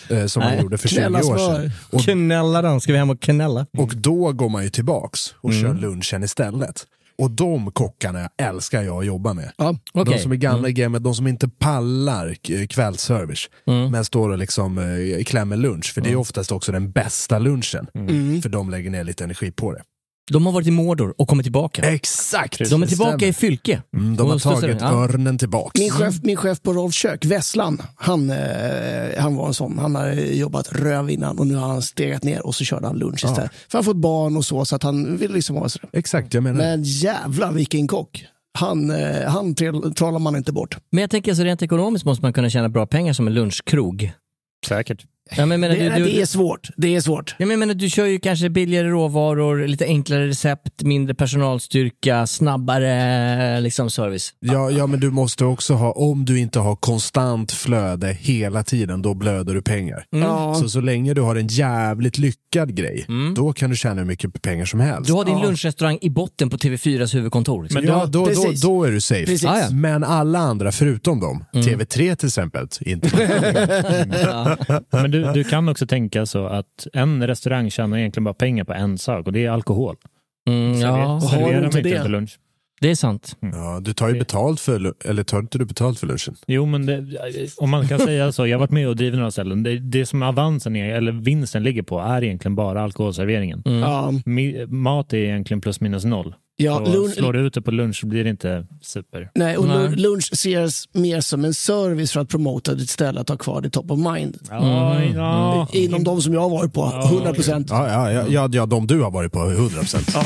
A: eh, som man
B: Nej.
A: gjorde för 20
C: Knälla
A: år
C: smör.
A: sedan. Och,
B: Knälla dem, ska vi hem och knälla?
A: och då går man ju tillbaks och kör
B: Mm.
A: lunchen istället. Och de kockarna älskar jag att jobba med.
C: Ja,
A: De
B: Okej. Mm.
A: som är gamla i gamet, de som inte pallar k- kvällsservice,
B: Mm.
A: men står och liksom eh, klämmer lunch. För det är oftast också den bästa lunchen.
B: Mm.
A: För de lägger ner lite energi på det.
B: De har varit i Mordor och kommit tillbaka.
A: Exakt!
B: De är tillbaka
A: Stämmer.
B: i Fylke.
A: Mm, de har
B: Och slussar-
A: tagit
B: ja.
A: örnen tillbaks. Mm.
C: Min
D: Mm.
C: chef, min chef på Rolfs kök, Vesslan, han, eh, han var en sån. Han hade jobbat röv innan och nu har han stegat ner och så körde han lunch istället. För han fått barn och så, så att han vill liksom ha sådär.
A: Exakt, jag menar det.
C: Men jävlar vilken kock. Han, eh, han tral- trollar man inte bort.
B: Men jag tänker alltså rent ekonomiskt måste man kunna tjäna bra pengar som en lunchkrog.
D: Säkert.
B: Ja, men jag menar,
C: Det,
B: du,
C: nej,
B: du,
C: det är svårt. Det är svårt.
B: Ja, men jag menar, du kör ju kanske billigare råvaror, lite enklare recept, mindre personalstyrka, snabbare liksom, service.
A: Ja, ja, men du måste också ha, om du inte har konstant flöde hela tiden, då blöder du pengar.
D: Mm.
A: Så, så länge du har en jävligt lyckad grej,
D: Mm.
A: då kan du tjäna hur mycket pengar som helst.
B: Du har din lunchrestaurang i botten på TV4s huvudkontor. Liksom.
D: Men
A: ja,
D: då-
A: då, då,
C: precis.
A: då är du safe.
C: Precis. Ah, ja.
A: Men alla andra förutom dem,
D: Mm.
A: TV3 till exempel, inte.
D: Men du, du kan också tänka så att en restaurang tjänar egentligen bara pengar på en sak och det är alkohol.
B: Mm, ja,
D: Serverar
C: har du
D: man
C: inte
D: inte
C: det?
D: efter lunch.
B: det är sant.
D: Mm.
A: ja, du tar ju betalt för, lu- eller tar inte du betalt för lunchen?
D: Jo, men det, om man kan säga så. Jag har varit med och drivit några ställen. Det, det som avansen är, eller vinsten ligger på är egentligen bara alkoholserveringen.
C: Ja,
D: Mi, mat är egentligen plus minus noll.
C: ja,
D: Och
C: lun-
D: slår du ut det på lunch så blir det inte super.
C: nej, och lun-
B: Nej.
C: lunch ses mer som en service för att promota ditt ställe att ha kvar det top of mind.
D: Ja, ja.
C: Inom de som jag har varit på, 100 procent.
A: Ja, ja,
D: Mm.
A: ja, ja, ja, de du har varit på, 100%.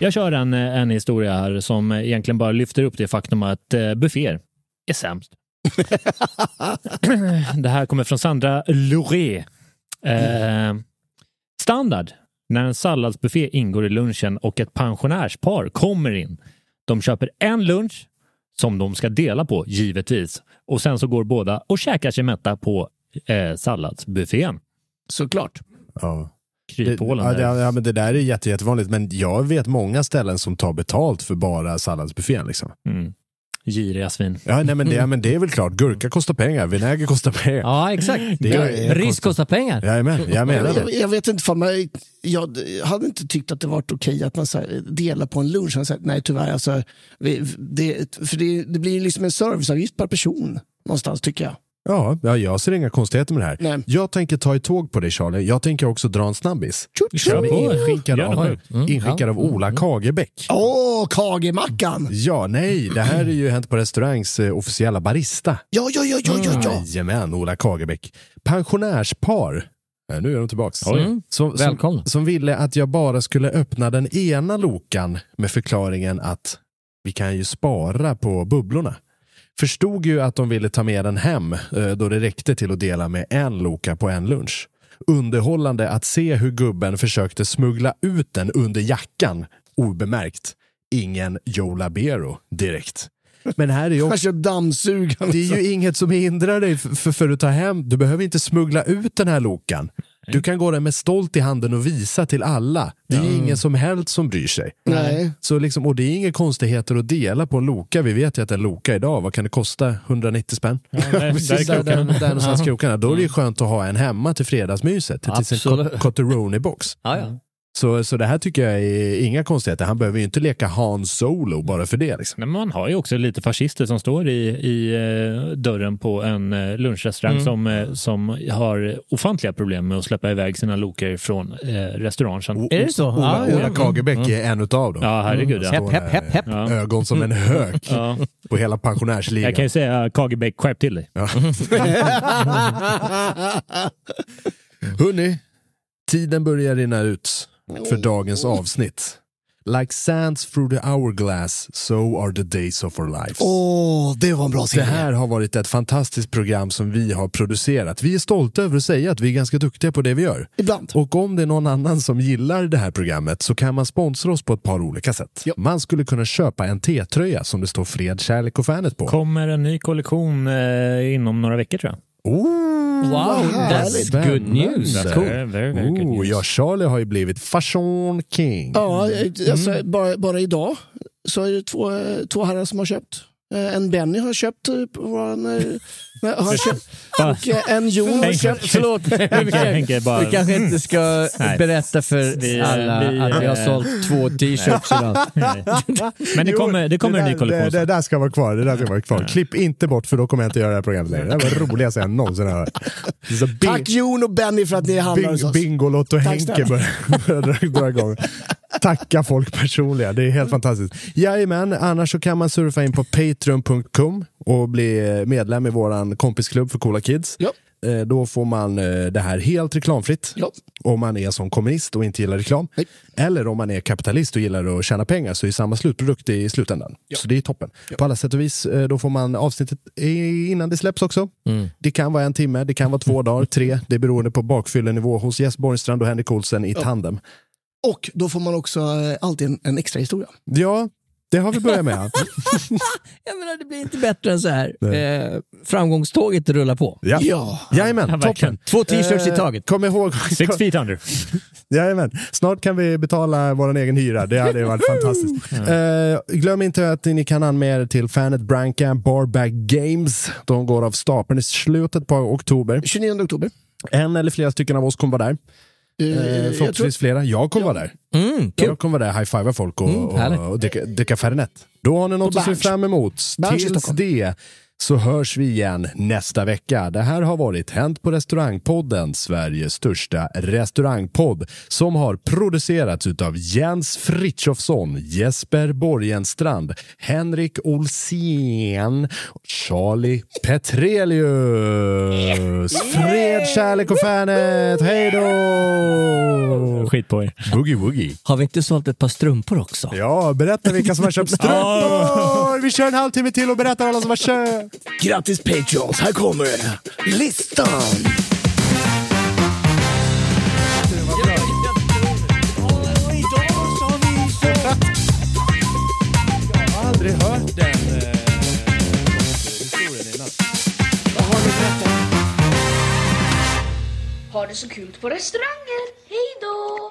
D: Jag kör en, eh, en historia här som egentligen bara lyfter upp det faktum att eh, bufféer är sämst. det här kommer från Sandra Loré. Eh, standard när en salladsbuffé ingår i lunchen och ett pensionärspar kommer in. De köper en lunch som de ska dela på, givetvis. Och sen så går båda och käkar sig mätta på eh, salladsbuffén.
C: Såklart.
A: Ja. Det,
D: Kryphålen
A: ja, det,
D: där.
A: ja, men det där är jätte, jättevanligt, men jag vet många ställen som tar betalt för bara salladsbuffén. Liksom.
D: giriga svin.
A: Ja, nej, men det,
C: Mm.
A: men det är väl klart. Gurka kostar pengar, vinäger kostar pengar.
B: Ja, exakt.
A: Det är-
B: Ris kostar pengar.
A: Jajamän, jag menar
C: jag,
A: det.
C: jag vet inte, fan, men jag hade inte tyckt att det varit okej att man så här, delar på en lunch. Jag hade sagt, nej tyvärr, alltså, vi, det, för det, det blir ju liksom en serviceavgift per person någonstans tycker jag.
A: Ja, ja, jag ser inga konstigheter med det här.
C: Nej.
A: Jag tänker ta i tåg på dig Charlie. Jag tänker också dra en snabbis. Som är inskickad
C: Gör det
A: av,
C: själv. Mm,
A: inskickad
C: ja.
A: av Ola Kagerbäck.
C: Åh, Kagemackan!
A: Ja, nej, det här är ju Hänt på restaurangs eh, officiella barista.
C: Ja, ja, ja, ja, ja, ja.
A: Jajamän, Ola Kagerbäck. Pensionärspar. Nej, nu är de tillbaks.
B: Oj. Mm.
A: Som, som,
B: Välkomna.
A: som ville att jag bara skulle öppna den ena lokan med förklaringen att vi kan ju spara på bubblorna. Förstod ju att de ville ta med den hem eh, då det räckte till att dela med en loka på en lunch. Underhållande att se hur gubben försökte smuggla ut den under jackan obemärkt. Ingen Joe Labero direkt. Men här är ju också...
C: Han kör dammsugaren. liksom.
A: Det är ju inget som hindrar dig för, för, för att ta hem. Du behöver inte smuggla ut den här lokan. Du kan gå den med stolt i handen och visa till alla. Det är ingen som helst som bryr sig.
C: Nej.
A: Så liksom, och det är inga konstigheter att dela på en loka. Vi vet ju att en loka idag, vad kan det kosta? 190 spänn?
D: där- där är
A: Precis, där, där,
D: krokarna.
A: där någonstans
D: Ja.
A: krokarna. Då är det ju skönt att ha en hemma till fredagsmyset. Till sin
B: Absolut.
A: cot- Cotteroni-box.
B: Ja,
D: Mm.
B: ja.
A: Så, så det här tycker jag är inga konstigheter. Han behöver ju inte leka Han Solo bara för det. Liksom.
D: Nej, men man har ju också lite fascister som står i, i eh, dörren på en eh, lunchrestaurang
A: Mm.
D: som, eh, som har ofantliga problem med att släppa iväg sina loker från eh, restaurangen.
B: Är det så? Ah,
A: Ola,
B: Ja,
A: Ola
B: ja.
A: Kagerbäck är en utav dem.
D: Ja, herregud.
A: Mm.
D: Ja.
A: Hepp, hepp, hepp, hepp.
D: Ja.
A: Ögon som
B: Mm.
A: en hök
D: Ja.
A: på hela pensionärsligan.
D: Jag kan ju säga Kagerbäck, skärp till dig.
A: Ja. Hörni, tiden börjar rinna ut för
C: Oh.
A: dagens avsnitt. Like sands through the hourglass, so are the days of our lives.
C: Åh, det var en bra
A: Det
C: serie.
A: här har varit ett fantastiskt program som vi har producerat. Vi är stolta över att säga att vi är ganska duktiga på det vi gör.
C: Ibland.
A: Och om det är någon annan som gillar det här programmet så kan man sponsra oss på ett par olika sätt. Man skulle kunna köpa en T-tröja som det står fred, kärlek och fanet på.
D: Kommer en ny kollektion eh, inom några veckor tror jag.
A: Oh,
B: Wow,
A: härligt.
B: that's good news.
A: Spännande.
D: Cool. Very, very, very good
A: Oh,
D: news.
A: ja, Charlie har ju blivit fashion king.
C: Ja, eh, alltså, bara, bara idag så är det två, eh, två herrar som har köpt. Eh, En Benny har köpt, eh, på våran, eh, har köpt och eh, en Jon har
D: Henke,
C: köpt.
B: Förlåt,
D: Henke, Henke bara... Mm.
B: du kanske inte ska
D: Nej.
B: berätta för
D: Vi, eh,
B: alla
D: vi,
B: att vi har
D: eh,
B: sålt två t-shirts idag.
D: Nej. Men det kommer, det kommer
A: där,
D: en ny kollektion.
A: Det, det där ska vara kvar. Det där ska vara kvar. Klipp inte bort för då kommer jag inte göra det här programmet längre. Det här var det roligaste jag någonsin har hört. Så bing-
C: Tack Jon och Benny för att ni handlar hos
A: Bing,
C: oss.
A: Bingolotto
C: Tack
A: Henke
C: snälla.
A: börjar börjar dra igång. Tacka folk personligen, det är helt fantastiskt. Jajamän, annars så kan man surfa in på patreon.com och bli eh, medlem i våran kompisklubb för coola kids.
C: Ja.
A: Eh, Då får man eh, det här helt reklamfritt.
C: Ja.
A: Om man är som kommunist och inte gillar reklam.
C: Nej.
A: Eller om man är kapitalist och gillar att tjäna pengar så är samma slutprodukt i slutändan. Så det är toppen. På alla sätt och vis, eh, då får man avsnittet eh, innan det släpps också. Det kan vara en timme, det kan vara två dagar, tre. Det är beroende på bakfyllenivå hos Jess Borgstrand och Henrik Olsen i tandem.
C: Och då får man också eh, alltid en, en extra historia.
A: Ja, det har vi börjat med.
B: Jag menar, det blir inte bättre än så här. Eh, framgångståget rullar på.
A: Ja.
C: Ja.
A: Jajamän,
D: Ja, verkligen.
A: toppen. Eh,
B: Två t-shirts i taget.
A: Kom ihåg,
D: Six feet under.
A: Jajamän. Snart kan vi betala vår egen hyra. Det hade varit fantastiskt. Eh, glöm inte att ni kan anmäla er till Fanet Branca Barback Games. De går av stapeln i slutet på oktober.
C: 29 oktober.
A: En eller flera stycken av oss kommer vara där.
C: Eh,
A: Eh,
C: jag
A: förhoppningsvis
C: tror-
A: flera. Jag kommer vara där.
B: Mm, kul.
A: Jag kommer vara där, high-fivea folk och,
B: härligt.
A: och, och dricka, dricka Fernet. Då har ni något
C: På
A: att se
C: Mm, Berns.
A: fram emot.
C: Berns i
A: Tills
C: Stockholm.
A: det så hörs vi igen nästa vecka. Det här har varit Hänt på restaurangpodden, Sveriges största restaurangpodd som har producerats av Jens Frithiofsson, Jesper Borgenstrand, Henrik Olsén, Charlie Petrelius. Fred, kärlek och fanet. Hej då!
D: Skit på er.
A: Boogie woogie.
B: Har vi inte sålt ett par strumpor också?
A: Ja, berätta vilka som har köpt strumpor! Vi kör en halvtimme till och berättar alla som har köpt.
C: Grattis Patreons, här kommer det. listan.
A: Jag har aldrig hört den
F: Ha det så kul på restauranger! Hej då!